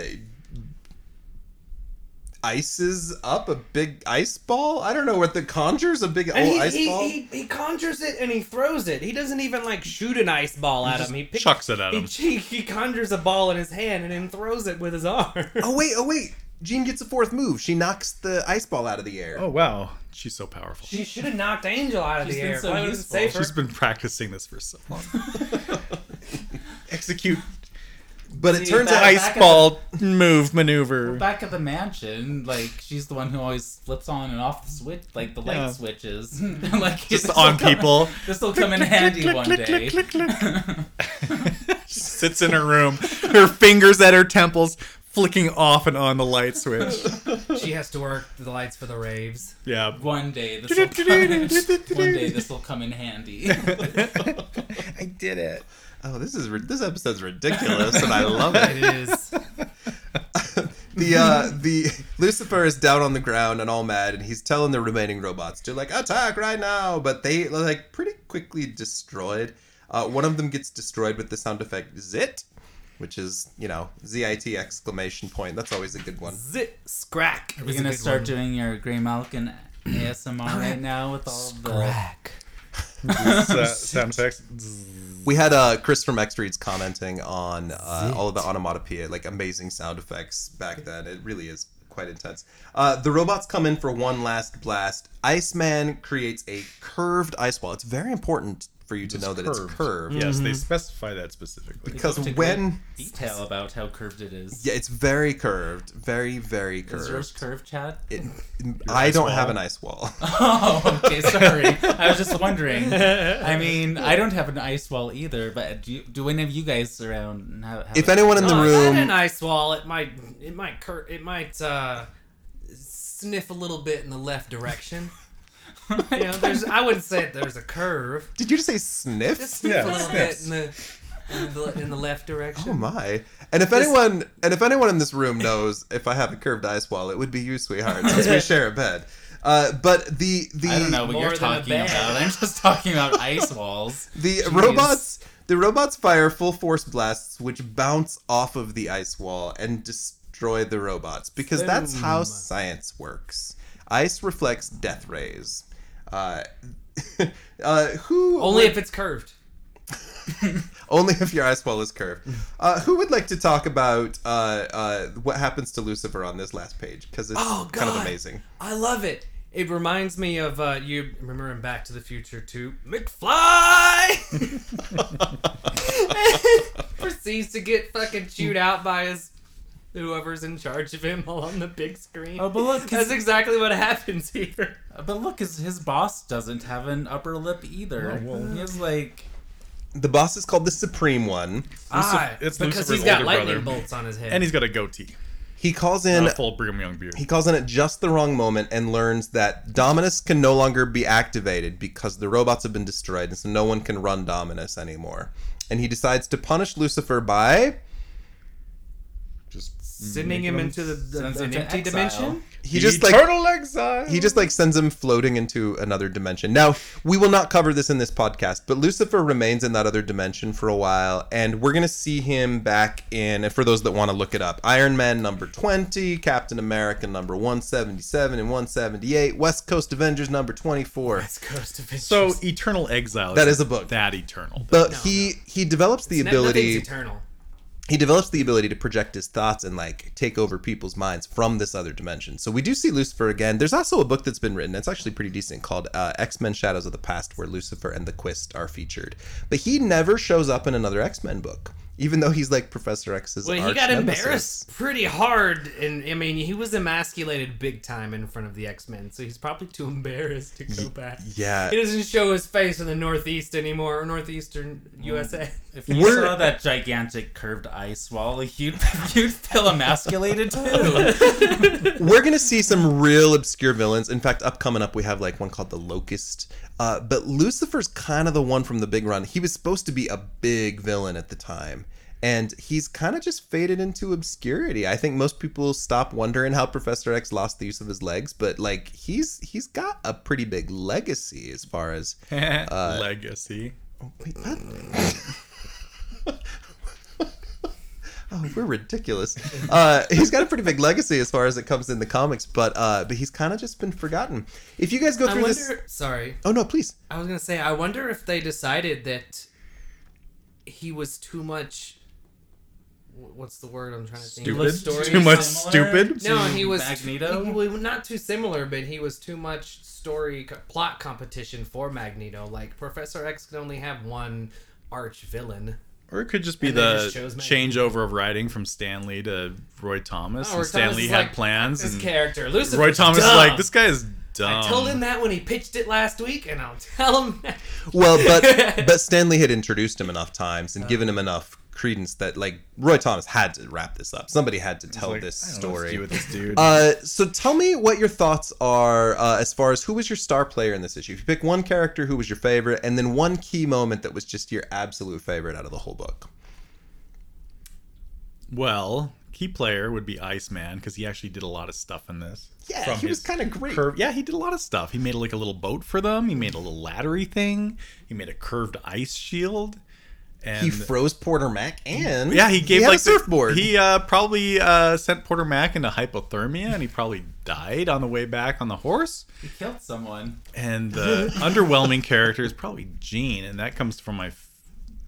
Speaker 1: ices up a big ice ball. I don't know what the conjures a big old
Speaker 3: And he,
Speaker 1: ice
Speaker 3: he,
Speaker 1: ball.
Speaker 3: he, he conjures it and he throws it. He doesn't even like shoot an ice ball at him. He picks,
Speaker 2: chucks it at him.
Speaker 3: He, he conjures a ball in his hand and then throws it with his arm.
Speaker 1: Oh wait, oh wait. Jean gets a fourth move. She knocks the ice ball out of the air.
Speaker 2: Oh wow, she's so powerful.
Speaker 3: She should have knocked Angel out of
Speaker 4: She's
Speaker 3: the
Speaker 4: been
Speaker 3: air.
Speaker 4: so
Speaker 3: Probably would've been
Speaker 4: useful.
Speaker 3: safer.
Speaker 2: She's been practicing this for so long. Execute
Speaker 1: but it
Speaker 4: See,
Speaker 1: turns out
Speaker 4: that- Ice
Speaker 2: ice ball move maneuver.
Speaker 4: Back at the mansion, like she's the one who always flips on and off the switch, like the light
Speaker 2: Yeah.
Speaker 4: switches, like
Speaker 2: Just on people.
Speaker 4: This will come in handy one day.
Speaker 2: she sits in her room, her fingers at her temples, flicking off and on the light switch.
Speaker 3: She has to work the lights for the raves.
Speaker 2: Yeah.
Speaker 4: One day this will come. one day this will come in handy.
Speaker 2: I did it.
Speaker 1: oh, this is ri- this episode's ridiculous, and I love
Speaker 3: It
Speaker 1: it.
Speaker 3: is.
Speaker 1: The uh, the Lucifer is down on the ground and all mad, and he's telling the remaining robots to like attack right now. But they like pretty quickly destroyed. Uh, one of them gets destroyed with the sound effect zit. which is you know zit exclamation point. That's always a good one.
Speaker 3: Zit scrack.
Speaker 4: We're gonna start doing your Grey Malkin ASMR right now with all
Speaker 3: Scrack.
Speaker 2: Sa- sound effects.
Speaker 1: We had uh, Chris from X Reads commenting on uh, all of the onomatopoeia, like amazing sound effects back then. It really is quite intense. Uh, the robots come in for one last blast. Iceman creates a curved ice wall. It's very important for you to
Speaker 2: It's
Speaker 1: know that it's
Speaker 2: curved.
Speaker 1: curved.
Speaker 2: Yes, they specify that specifically.
Speaker 1: Because
Speaker 4: To
Speaker 1: when.
Speaker 4: the detail about how curved it is.
Speaker 1: Yeah, it's very curved. Very, very
Speaker 4: Is yours
Speaker 1: curved.
Speaker 4: curved, Chad?
Speaker 1: It, I
Speaker 2: ice
Speaker 1: don't
Speaker 2: wall.
Speaker 1: have an ice wall.
Speaker 4: Oh, okay. Sorry, I was just wondering. I mean, I don't have an ice wall either, but do, you, do any of you guys around? and Have, have
Speaker 1: if
Speaker 4: it?
Speaker 1: anyone in the
Speaker 3: Oh, if I had an
Speaker 1: room.
Speaker 3: ice wall, it might it might cur- it might uh, sniff a little bit in the left direction. You know, there's I wouldn't say that there's a curve.
Speaker 1: Did you just say
Speaker 3: Just
Speaker 1: sniff?
Speaker 3: sniff
Speaker 2: Yeah,
Speaker 3: a little
Speaker 2: sniffs.
Speaker 3: bit in the, in the in the left
Speaker 1: Oh
Speaker 3: direction.
Speaker 1: my! And if anyone and if anyone in this room knows if I have a curved ice wall, it would be you, sweetheart, since we share a bed. Uh, but the the
Speaker 4: I don't know what
Speaker 3: More than
Speaker 4: you're
Speaker 3: a
Speaker 4: talking
Speaker 3: bed.
Speaker 4: about. I'm just talking about ice walls.
Speaker 1: the
Speaker 4: Jeez.
Speaker 1: robots the robots fire full force blasts which bounce off of the ice wall and destroy the robots because that's how
Speaker 3: Boom.
Speaker 1: science works. Ice reflects death rays. Uh, uh, who
Speaker 3: Only
Speaker 1: would-
Speaker 3: if it's curved.
Speaker 1: Only if your ice wall is curved. Uh, who would like to talk about uh, uh, what happens to Lucifer on this last page? Because it's
Speaker 3: Oh,
Speaker 1: kind of
Speaker 3: God.
Speaker 1: amazing.
Speaker 3: I love it. It reminds me of uh, you remember in Back to the Future too. McFly proceeds to get fucking chewed out by his whoever's in charge of him on the big screen.
Speaker 4: Oh, but look,
Speaker 3: That's
Speaker 4: his,
Speaker 3: exactly what happens here.
Speaker 4: but look, his, his boss doesn't have an upper lip either.
Speaker 2: Oh, well.
Speaker 4: He has like
Speaker 1: The boss is called the Supreme One.
Speaker 3: Ah,
Speaker 2: it's
Speaker 3: because
Speaker 2: Lucifer's
Speaker 3: he's got
Speaker 2: older
Speaker 3: lightning
Speaker 2: brother.
Speaker 3: bolts on his head.
Speaker 2: And he's got a goatee,
Speaker 1: He calls
Speaker 2: not
Speaker 1: in.
Speaker 3: Oh.
Speaker 2: a full Brigham Young beard.
Speaker 1: He calls in at just the wrong moment and learns that Dominus can no longer be activated because the robots have been destroyed, and so no one can run Dominus anymore. And he decides to punish Lucifer by
Speaker 2: Just
Speaker 3: sending him into the, the-
Speaker 4: Sends him
Speaker 3: an
Speaker 4: to
Speaker 3: empty
Speaker 4: exile.
Speaker 3: dimension.
Speaker 1: he just like
Speaker 2: eternal exile.
Speaker 1: he just like sends him floating into another dimension. Now, we will not cover this in this podcast, but Lucifer remains in that other dimension for a while, and we're gonna see him back in. And for those that want to look it up, Iron Man number twenty, Captain America number one seventy seven and one seventy eight, West Coast Avengers number twenty four.
Speaker 3: That's Ghost Adventures.
Speaker 2: so eternal exile.
Speaker 1: That is a book.
Speaker 2: That eternal.
Speaker 1: But he he develops the
Speaker 3: No-
Speaker 1: ability
Speaker 3: nothing's eternal.
Speaker 1: he develops the ability to project his thoughts and like take over people's minds from this other dimension. So we do see Lucifer again. There's also a book that's been written. It's actually pretty decent called uh, X Men: Shadows of the Past, where Lucifer and the Quist are featured. But he never shows up in another X Men book, even though he's like Professor X's.
Speaker 3: Well, he
Speaker 1: arch
Speaker 3: got
Speaker 1: nemesis.
Speaker 3: embarrassed pretty hard, and I mean, he was emasculated big time in front of the X Men, so he's probably too embarrassed to go back.
Speaker 1: Yeah.
Speaker 3: He doesn't show his face in the Northeast anymore, or Northeastern USA.
Speaker 4: if you
Speaker 1: We're-
Speaker 4: saw that gigantic curved ice wall, you'd you'd feel emasculated too.
Speaker 1: We're gonna see some real obscure villains. In fact, up coming up, we have like one called the Locust. Uh, but Lucifer's kind of the one from the big run. He was supposed to be a big villain at the time, and he's kind of just faded into obscurity. I think most people stop wondering how Professor X lost the use of his legs, but like he's he's got a pretty big legacy as far as
Speaker 2: Uh, Legacy.
Speaker 1: Wait, what? oh, we're ridiculous. Uh, he's got a pretty big legacy as far as it comes in the comics, but uh, but he's kind of just been forgotten. If you guys go
Speaker 3: I
Speaker 1: through
Speaker 3: wonder.
Speaker 1: this,
Speaker 3: Sorry,
Speaker 1: oh no, please.
Speaker 3: I was gonna say, I wonder if they decided that he was too much. wh- What's the word I'm trying to think?
Speaker 2: Stupid.
Speaker 3: of? Story
Speaker 2: Too much
Speaker 4: similar
Speaker 2: stupid?
Speaker 4: to
Speaker 3: No, he was
Speaker 4: Magneto.
Speaker 3: he- well, not too similar, but he was too much story co- plot competition for Magneto. Like Professor X could only have one arch villain.
Speaker 2: Or it could just be
Speaker 3: And they
Speaker 2: the
Speaker 3: just chose Magneto.
Speaker 2: changeover of writing from Stanley to Roy Thomas.
Speaker 3: Oh,
Speaker 2: and
Speaker 3: Roy Thomas
Speaker 2: Stanley
Speaker 3: is
Speaker 2: had
Speaker 3: like,
Speaker 2: plans,
Speaker 3: This
Speaker 2: and
Speaker 3: character, Lucifer.
Speaker 2: Roy Thomas is like, "This um, guy is dumb."
Speaker 3: I told him that when he pitched it last week, and I'll tell him. That.
Speaker 1: Well, but but Stanley had introduced him enough times
Speaker 3: Oh.
Speaker 1: and given him enough credence that like Roy Thomas had to wrap this up. Somebody had to tell
Speaker 2: Like,
Speaker 1: this
Speaker 2: I don't know what to
Speaker 1: story.
Speaker 2: do with this dude.
Speaker 1: Uh, so tell me what your thoughts are uh, as far as who was your star player in this issue. If you pick one character, who was your favorite, and then one key moment that was just your absolute favorite out of the whole book.
Speaker 2: well, key player would be Iceman because he actually did a lot of stuff in this.
Speaker 1: Yeah,
Speaker 2: From
Speaker 1: he was
Speaker 2: his
Speaker 1: kind of great.
Speaker 2: curve. Yeah, he did a lot of stuff. He made like a little boat for them. He made a little laddery thing. He made a curved ice shield. And
Speaker 1: He froze Porter Mac and
Speaker 2: yeah, he gave
Speaker 1: had
Speaker 2: like
Speaker 1: a
Speaker 2: the-
Speaker 1: surfboard.
Speaker 2: he uh, probably uh, sent Porter Mac into hypothermia, and he probably died on the way back on the horse.
Speaker 4: He killed someone.
Speaker 2: And the underwhelming character is probably Gene, and that comes from my. F-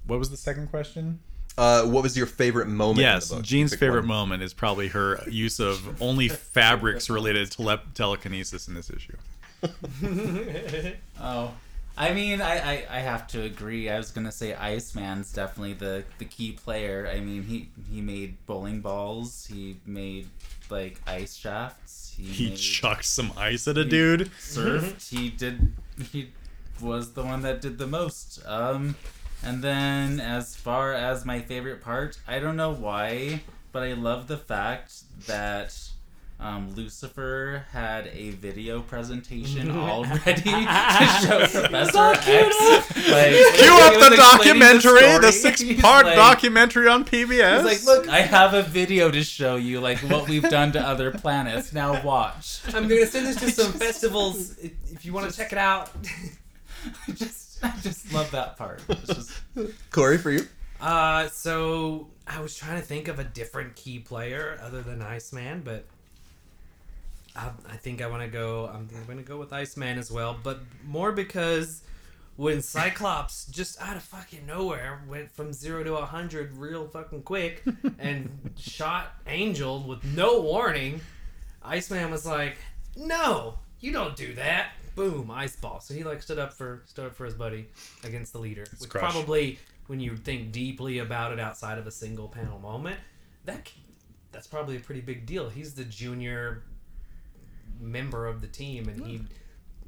Speaker 2: what was the second question?
Speaker 1: uh, what was your favorite moment?
Speaker 2: Yes,
Speaker 1: in the book?
Speaker 2: Jean's
Speaker 1: Pick
Speaker 2: favorite
Speaker 1: one.
Speaker 2: moment is probably her use of only fabrics related tele- telekinesis in this issue.
Speaker 4: Oh. I mean, I, I, I have to agree. I was gonna say Iceman's definitely the, the key player. I mean, he he made bowling balls. He made like ice shafts. He,
Speaker 2: He
Speaker 4: made
Speaker 2: chucked some ice at a dude.
Speaker 4: surfed. he did. He was the one that did the most. Um, and then as far as my favorite part, I don't know why, but I love the fact that. Um, Lucifer had a video presentation all ready to show Professor X. Like,
Speaker 2: Cue
Speaker 4: he
Speaker 2: up
Speaker 4: was
Speaker 2: the
Speaker 4: explaining
Speaker 2: documentary, the,
Speaker 4: story. He's
Speaker 2: six-part
Speaker 4: like-
Speaker 2: documentary on PBS.
Speaker 4: He's like, look, I have a video to show you, like what we've done to other planets. Now watch.
Speaker 3: I'm gonna send this to some festivals i- if you want to check it out.
Speaker 4: I just, I just love that part. It's just,
Speaker 1: Corey for you.
Speaker 3: Uh, so I was trying to think of a different key player other than Iceman, but I, I think I want to go. I'm, going to go with Iceman as well, but more because when Cyclops just out of fucking nowhere went from zero to a hundred real fucking quick and shot Angel with no warning, Iceman was like, "No, you don't do that." Boom, ice ball. So he like stood up for stood up for his buddy against the leader, which
Speaker 2: crushed.
Speaker 3: probably when you think deeply about it outside of a single panel moment, that c- that's probably a pretty big deal. He's the junior member of the team, and he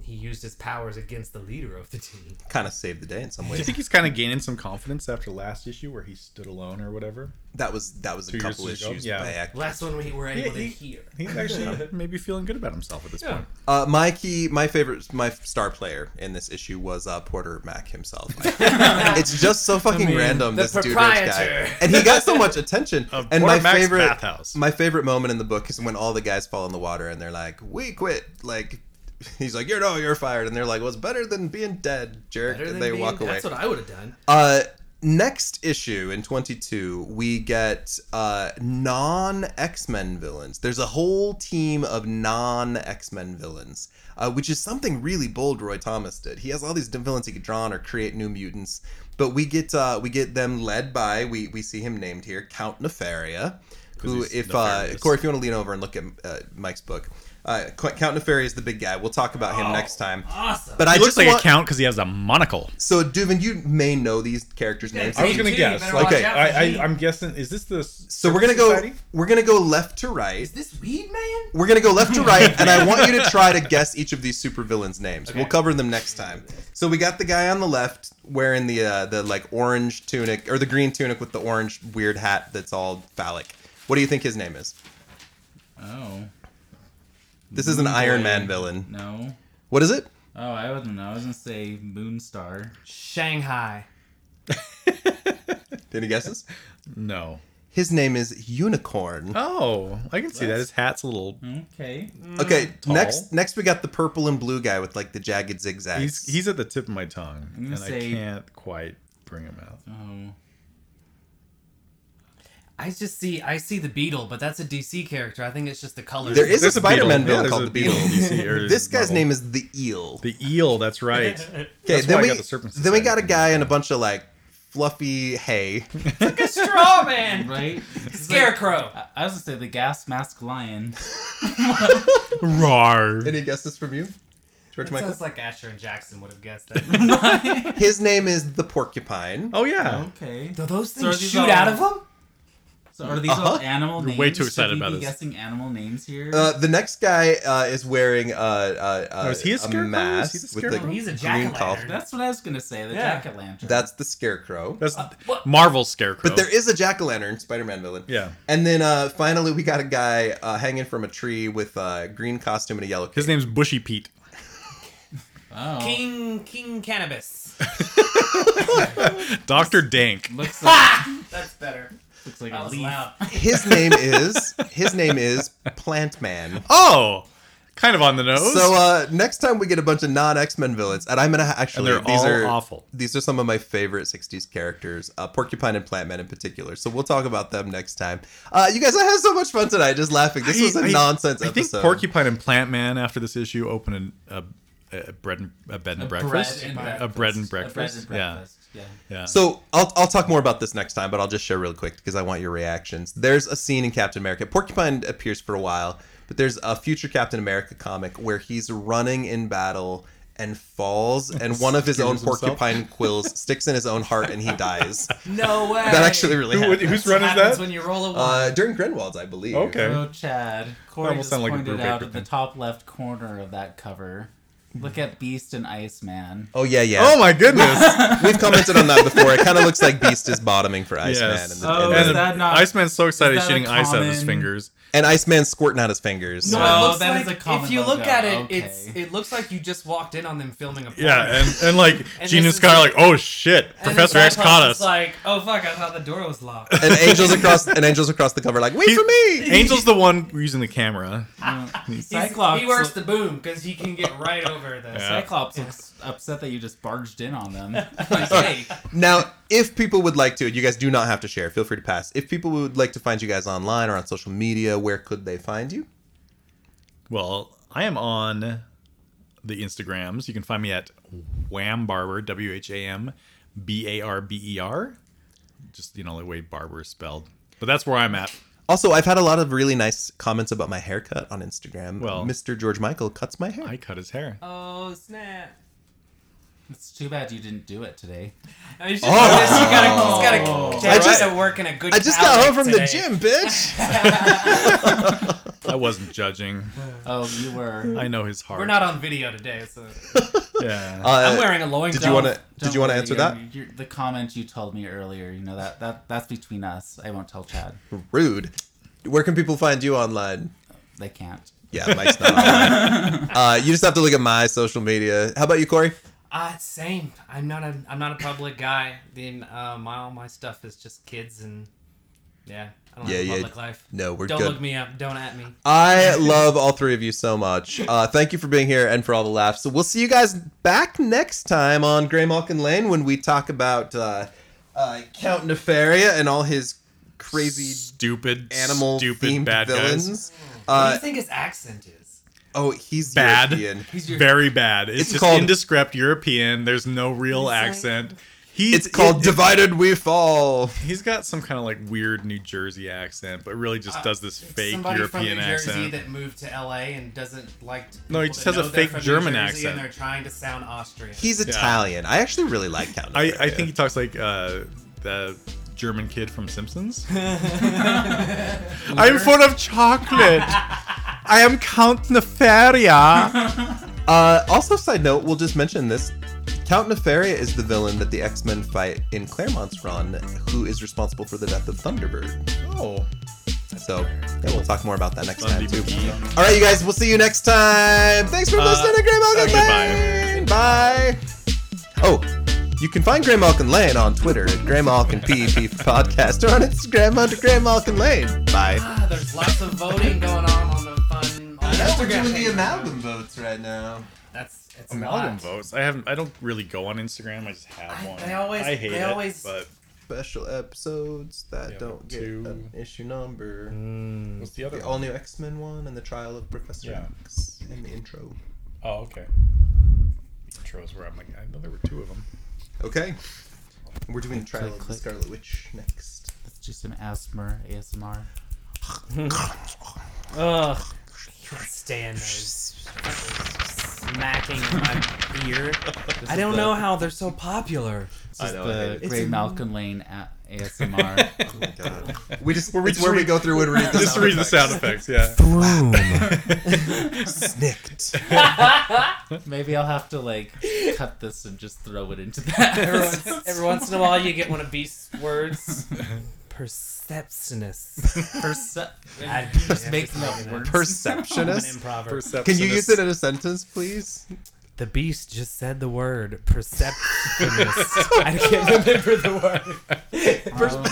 Speaker 3: he used his powers against the leader of the team.
Speaker 1: Kind of saved the day in some
Speaker 2: Do you
Speaker 1: ways.
Speaker 2: think he's kind of gaining some confidence after last issue where he stood alone or whatever?
Speaker 1: That was that was a
Speaker 2: Two years
Speaker 1: couple
Speaker 2: ago,
Speaker 1: issues
Speaker 2: yeah.
Speaker 1: back.
Speaker 3: Last one we were able
Speaker 2: Yeah, he-
Speaker 3: to hear.
Speaker 2: He's actually maybe feeling good about himself at this
Speaker 3: Yeah.
Speaker 2: point.
Speaker 1: Uh, my key, my favorite, my star player in this issue was uh, Porter Mac himself. it's just so fucking
Speaker 4: mean,
Speaker 1: random.
Speaker 3: the
Speaker 1: this dude rich guy,
Speaker 3: proprietor.
Speaker 1: and he got so much attention.
Speaker 2: Of
Speaker 1: and
Speaker 2: Porter
Speaker 1: my
Speaker 2: Mac's
Speaker 1: favorite,
Speaker 2: bathhouse.
Speaker 1: my favorite moment in the book is when all the guys fall in the water and they're like, "We quit." Like, he's like, "You're no, you're fired," and they're like, "Well, it's better than being dead, jerk."
Speaker 3: Better
Speaker 1: And
Speaker 3: than
Speaker 1: they
Speaker 3: being-
Speaker 1: walk away.
Speaker 3: That's what I would have done.
Speaker 1: Uh, next issue in 22, we get uh, non X Men villains. There's a whole team of non X Men villains, uh, which is something really bold Roy Thomas did. He has all these villains he could draw on or create new mutants, but we get uh, we get them led by we we see him named here Count Nefaria, who
Speaker 2: he's
Speaker 1: if uh,
Speaker 2: nefarious.
Speaker 1: Corey, if you want to lean over and look at uh, Mike's book. Uh, Qu- Count Nefaria is the big guy. We'll talk about him next time.
Speaker 3: Awesome.
Speaker 1: But I
Speaker 2: Oh. He looks
Speaker 1: just
Speaker 2: like
Speaker 1: want,
Speaker 2: a count because he has a monocle.
Speaker 1: So, Duvin, you may know these characters' names.
Speaker 3: I was gonna guess.
Speaker 1: Okay,
Speaker 3: I- I-
Speaker 2: am guessing. Is this the?
Speaker 1: So we're gonna go. We're gonna go left to right.
Speaker 3: is this weed man?
Speaker 1: We're gonna go left to right, and I want you to try to guess each of these supervillains' names. We'll
Speaker 3: Okay.
Speaker 1: cover them next time. So we got the guy on the left wearing the uh, the like orange tunic or the green tunic with the orange weird hat that's all phallic. What do you think his name is?
Speaker 4: oh
Speaker 1: This is an Iron
Speaker 4: Boy.
Speaker 1: Man villain.
Speaker 4: no.
Speaker 1: What is it?
Speaker 4: Oh, I wouldn't know. I was gonna say Moonstar.
Speaker 3: Shanghai.
Speaker 1: Any guesses?
Speaker 2: No.
Speaker 1: His name is Unicorn.
Speaker 2: Oh, I can see that. His hat's a little.
Speaker 4: Okay.
Speaker 1: Okay,
Speaker 2: tall.
Speaker 1: next next we got the purple and blue guy with like the jagged zigzags.
Speaker 2: He's he's at the tip of my tongue,
Speaker 4: I'm gonna
Speaker 2: and I
Speaker 4: say-
Speaker 2: can't quite bring him out.
Speaker 4: Oh.
Speaker 3: I just see I see the beetle, but that's a DC character. I think it's just the color.
Speaker 1: There is- There's a Spider-Man villain
Speaker 2: there's
Speaker 1: called
Speaker 2: a
Speaker 1: the Beetle.
Speaker 2: you see, or
Speaker 1: this guy's
Speaker 2: Marvel.
Speaker 1: name is the Eel.
Speaker 2: the Eel. That's right.
Speaker 1: Okay,
Speaker 2: That's
Speaker 1: then
Speaker 2: why I
Speaker 1: we
Speaker 2: got the Serpent
Speaker 1: then we
Speaker 2: Society
Speaker 1: got a
Speaker 2: thing.
Speaker 1: guy in a bunch of like fluffy hay.
Speaker 3: a straw man.
Speaker 4: Oh. Right.
Speaker 3: Scarecrow.
Speaker 4: I I was gonna say the gas mask lion.
Speaker 2: Rawr.
Speaker 1: Any guesses from you, George
Speaker 3: That
Speaker 1: Michael?
Speaker 3: sounds like Asher and Jackson would have guessed that.
Speaker 1: His name is the Porcupine.
Speaker 2: Oh yeah.
Speaker 4: okay.
Speaker 3: Do those
Speaker 4: So are
Speaker 3: things
Speaker 4: these
Speaker 3: shoot
Speaker 4: all-
Speaker 3: out of them?
Speaker 4: So are these all
Speaker 1: Uh-huh.
Speaker 4: animal
Speaker 2: You're
Speaker 4: names?
Speaker 2: way too excited
Speaker 4: Should we
Speaker 2: about
Speaker 4: be
Speaker 2: this.
Speaker 4: Guessing animal names here.
Speaker 1: Uh, the next guy uh, is wearing uh, uh, uh,
Speaker 2: Oh, is he a scarecrow? Is
Speaker 1: mask
Speaker 2: he the
Speaker 1: with
Speaker 2: scarecrow?
Speaker 1: the
Speaker 3: He's a
Speaker 1: green
Speaker 3: jack-o'-lantern.
Speaker 1: collar.
Speaker 4: That's what I was gonna say. The
Speaker 3: Yeah.
Speaker 4: jack o' lantern.
Speaker 1: That's the scarecrow.
Speaker 2: That's
Speaker 3: what?
Speaker 2: Marvel Scarecrow.
Speaker 1: But there is a jack o' lantern, Spider Man villain.
Speaker 2: Yeah.
Speaker 1: And then uh, finally, we got a guy uh, hanging from a tree with a green costume and a yellow cape.
Speaker 2: His name's Bushy Pete.
Speaker 4: oh.
Speaker 3: King King Cannabis.
Speaker 2: Doctor Dank.
Speaker 4: Looks like,
Speaker 3: That's better.
Speaker 4: looks like
Speaker 3: That
Speaker 4: a
Speaker 3: was
Speaker 4: leaf.
Speaker 3: loud.
Speaker 1: His name is his name is Plant Man.
Speaker 2: Oh, kind of on the nose.
Speaker 1: So uh, next time we get a bunch of non X Men villains, and I'm gonna ha-
Speaker 2: and
Speaker 1: actually
Speaker 2: they're
Speaker 1: these
Speaker 2: all
Speaker 1: are
Speaker 2: awful.
Speaker 1: these are some of my favorite '60s characters, uh, Porcupine and Plant Man in particular. So we'll talk about them next time. Uh, you guys, I had so much fun tonight, just laughing. This was a
Speaker 2: I- I-
Speaker 1: nonsense
Speaker 2: I think
Speaker 1: episode.
Speaker 2: Porcupine and Plant Man after this issue open a, a, a bread and a bed and breakfast, a bread and breakfast. Yeah,
Speaker 4: Yeah.
Speaker 2: yeah.
Speaker 1: So I'll, I'll talk more about this next time, but I'll just share real quick because I want your reactions. There's a scene in Captain America. Porcupine appears for a while, but there's a future Captain America comic where he's running in battle and falls, and one of his own
Speaker 2: Skews himself.
Speaker 1: porcupine quills sticks in his own heart, and he dies.
Speaker 4: No way.
Speaker 1: That actually really
Speaker 2: Who-
Speaker 1: happened.
Speaker 2: whose run is
Speaker 4: happens
Speaker 2: that?
Speaker 4: when you roll a one.
Speaker 1: Uh, during Grenwald's, I believe.
Speaker 2: Okay.
Speaker 4: Oh, Chad. Corey
Speaker 2: almost
Speaker 4: just
Speaker 2: sounded like a
Speaker 4: pointed
Speaker 2: Brew
Speaker 4: out
Speaker 2: Baker
Speaker 4: at the
Speaker 2: thing.
Speaker 4: top left corner of that cover. Look at Beast and Iceman.
Speaker 1: Oh yeah, yeah.
Speaker 2: Oh my goodness.
Speaker 1: We've commented on that before. It kind of looks like Beast is bottoming for Iceman,
Speaker 2: Yes.
Speaker 1: and,
Speaker 4: Oh,
Speaker 1: and,
Speaker 4: is that not-
Speaker 2: Iceman's so excited he's
Speaker 4: that a
Speaker 2: shooting ice out of his
Speaker 4: common-
Speaker 2: fingers.
Speaker 1: and Iceman's squirting out his fingers.
Speaker 3: No,
Speaker 4: Wow.
Speaker 3: it looks
Speaker 4: That
Speaker 3: like
Speaker 4: is a common
Speaker 3: if you look
Speaker 4: logo,
Speaker 3: at it,
Speaker 4: okay.
Speaker 3: it's it looks like you just walked in on them filming a porn.
Speaker 2: Yeah, and, and like
Speaker 3: And
Speaker 2: Gina's
Speaker 3: this is
Speaker 2: kind of
Speaker 3: like-
Speaker 2: like, oh shit,
Speaker 3: then
Speaker 2: Professor X
Speaker 3: Cyclops
Speaker 2: caught
Speaker 3: is
Speaker 2: us.
Speaker 3: Like, oh fuck, I thought the door was locked.
Speaker 1: And angels across and angels across the cover like wait
Speaker 2: He-
Speaker 1: for me.
Speaker 2: Angel's the one using the camera.
Speaker 3: He's-
Speaker 4: Cyclops.
Speaker 3: He works the boom because he can get right over this.
Speaker 2: Yeah.
Speaker 4: Cyclops looks upset that you just barged in on them.
Speaker 3: Like, hey,
Speaker 1: Now, if people would like to, you guys do not have to share. Feel free to pass. If people would like to find you guys online or on social media, where could they find you?
Speaker 2: Well, I am on the Instagrams. You can find me at Wham Barber, W H A M B A R B E R. Just you know the way barber is spelled. But that's where I'm at.
Speaker 1: Also, I've had a lot of really nice comments about my haircut on Instagram.
Speaker 2: Well-
Speaker 1: Mr. George Michael cuts my hair.
Speaker 2: I cut his hair.
Speaker 3: oh snap.
Speaker 4: it's too bad you didn't do it today.
Speaker 3: I mean, it's just,
Speaker 1: Oh.
Speaker 3: it's just you gotta, Oh. just gotta,
Speaker 1: I just-
Speaker 3: gotta work in a good
Speaker 1: I just got
Speaker 3: palette
Speaker 1: home from the
Speaker 3: today.
Speaker 1: gym, bitch.
Speaker 2: I wasn't judging.
Speaker 4: Oh, you were.
Speaker 2: I know his heart.
Speaker 3: We're not on video today, so
Speaker 2: Yeah.
Speaker 1: Uh,
Speaker 3: I'm wearing a loin
Speaker 1: did
Speaker 3: cloth.
Speaker 1: you want to?
Speaker 4: Don't
Speaker 1: Did you want to
Speaker 4: worry,
Speaker 1: answer
Speaker 4: you're-
Speaker 1: that?
Speaker 4: you're- the comment you told me earlier, you know that that that's between us. I won't tell Chad.
Speaker 1: Rude. Where can people find you online?
Speaker 4: They can't.
Speaker 1: Yeah, Mike's not online. uh, you just have to look at my social media. How about you, Corey?
Speaker 3: Uh, same. I'm not a I'm not a public guy. Then uh, my all my stuff is just kids and yeah. I don't
Speaker 1: Yeah,
Speaker 3: have a
Speaker 1: yeah.
Speaker 3: public life.
Speaker 1: No, we're
Speaker 3: don't
Speaker 1: good.
Speaker 3: look me up. Don't at me.
Speaker 1: I love all three of you so much. Uh, thank you for being here and for all the laughs. So we'll see you guys back next time on Grey Malkin Lane when we talk about uh, uh, Count Nefaria and all his crazy
Speaker 2: stupid
Speaker 1: animal
Speaker 2: stupid
Speaker 1: themed
Speaker 2: bad guys.
Speaker 1: villains.
Speaker 3: what do
Speaker 1: Uh,
Speaker 3: you think his accent is?
Speaker 1: oh, he's
Speaker 2: Bad.
Speaker 1: European.
Speaker 3: He's your
Speaker 2: Very bad. It's,
Speaker 1: It's
Speaker 2: just
Speaker 1: called-
Speaker 2: indescript European. There's no real
Speaker 3: He's like-
Speaker 2: accent. He's
Speaker 1: It's called
Speaker 2: it-
Speaker 1: Divided We Fall.
Speaker 2: He's got some kind of like weird New Jersey accent, but really just does this fake
Speaker 3: Uh, somebody
Speaker 2: European
Speaker 3: from New Jersey
Speaker 2: accent.
Speaker 3: that moved to LA and doesn't like. to-
Speaker 2: No, he
Speaker 3: people
Speaker 2: just
Speaker 3: that
Speaker 2: has a
Speaker 3: know they're
Speaker 2: fake
Speaker 3: from New
Speaker 2: German
Speaker 3: Jersey
Speaker 2: accent.
Speaker 3: And they're trying to sound Austrian.
Speaker 1: He's Italian. I actually really like Count
Speaker 2: I,
Speaker 1: Nefaria.
Speaker 2: I think he talks like uh, the German kid from Simpsons. I'm full of chocolate. I am Count Nefaria.
Speaker 1: Uh, also, side note, we'll just mention this. Count Nefaria is the villain that the X Men fight in Claremont's run, who is responsible for the death of Thunderbird.
Speaker 2: oh,
Speaker 1: So yeah, we'll talk more about that next time
Speaker 2: Thunderbird.
Speaker 1: too. All right, you guys, we'll see you next time. Thanks for
Speaker 2: Uh,
Speaker 1: listening to Gray Malkin
Speaker 2: okay, bye.
Speaker 1: Lane. Bye. Oh, you can find Gray Malkin Lane on Twitter at Gray Malkin PEP Podcast or on Instagram under Gray Malkin Lane. Bye.
Speaker 3: Ah, there's lots of voting going on on the fun. On Instagram page.
Speaker 1: votes right now.
Speaker 3: That's it's
Speaker 2: Amalgam
Speaker 3: a lot.
Speaker 2: votes. I haven't. I don't really go on Instagram. I just have
Speaker 3: I-
Speaker 2: one.
Speaker 3: they always-
Speaker 2: I hate
Speaker 3: they
Speaker 2: it,
Speaker 3: always-
Speaker 2: But
Speaker 1: Special episodes that
Speaker 2: Yeah,
Speaker 1: don't get
Speaker 2: two.
Speaker 1: an issue number.
Speaker 3: Mm.
Speaker 2: what's the other?
Speaker 1: The all new X Men one and the trial of Professor
Speaker 2: Yeah.
Speaker 1: X and the intro.
Speaker 2: Oh, okay. Intros where I'm like, I know there were two of them.
Speaker 1: Okay. We're doing the trial
Speaker 4: Click,
Speaker 1: of the
Speaker 4: click.
Speaker 1: Scarlet Witch next.
Speaker 4: Let's do some ASMR. ASMR.
Speaker 3: Ugh. Can't stand those smacking in my ear. I don't know how they're so popular.
Speaker 4: This is
Speaker 1: know, I hate
Speaker 4: the
Speaker 1: it.
Speaker 4: Great
Speaker 3: It's-
Speaker 4: Malcolm Lane a- ASMR.
Speaker 1: Oh God. We just
Speaker 2: we
Speaker 1: it's
Speaker 2: just
Speaker 1: where we
Speaker 2: read-
Speaker 1: go through and read the
Speaker 2: Just
Speaker 1: sound
Speaker 2: read the
Speaker 1: effects.
Speaker 2: sound effects. Yeah.
Speaker 3: Broom.
Speaker 1: Snicked.
Speaker 4: Maybe I'll have to like cut this and just throw it into that.
Speaker 3: every, once, every once in a while, you get one of these words. Perceptionist.
Speaker 4: Perce-
Speaker 3: I-
Speaker 4: just making up words.
Speaker 3: I'm an
Speaker 1: Perceptionist.
Speaker 3: improver.
Speaker 1: Can you use it in a sentence, please?
Speaker 3: the beast just said the word perceptionist. I can't remember the word.
Speaker 4: Um,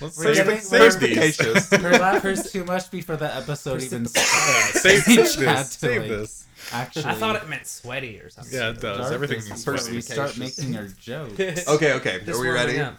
Speaker 2: Let's
Speaker 4: We're
Speaker 2: save,
Speaker 4: getting-
Speaker 2: save these.
Speaker 1: Perspicacious.
Speaker 4: Her laughter's too much before the episode even starts.
Speaker 2: Save
Speaker 4: Chad
Speaker 2: this.
Speaker 4: to,
Speaker 2: Save
Speaker 4: like,
Speaker 2: this.
Speaker 4: Actually,
Speaker 3: I thought it meant sweaty or something.
Speaker 2: Yeah, it does.
Speaker 4: darkness
Speaker 2: Everything
Speaker 4: is
Speaker 2: is
Speaker 4: where we
Speaker 2: really
Speaker 4: start
Speaker 1: perspicacious.
Speaker 4: making our jokes.
Speaker 1: Okay, okay. Are we ready?
Speaker 3: Yeah.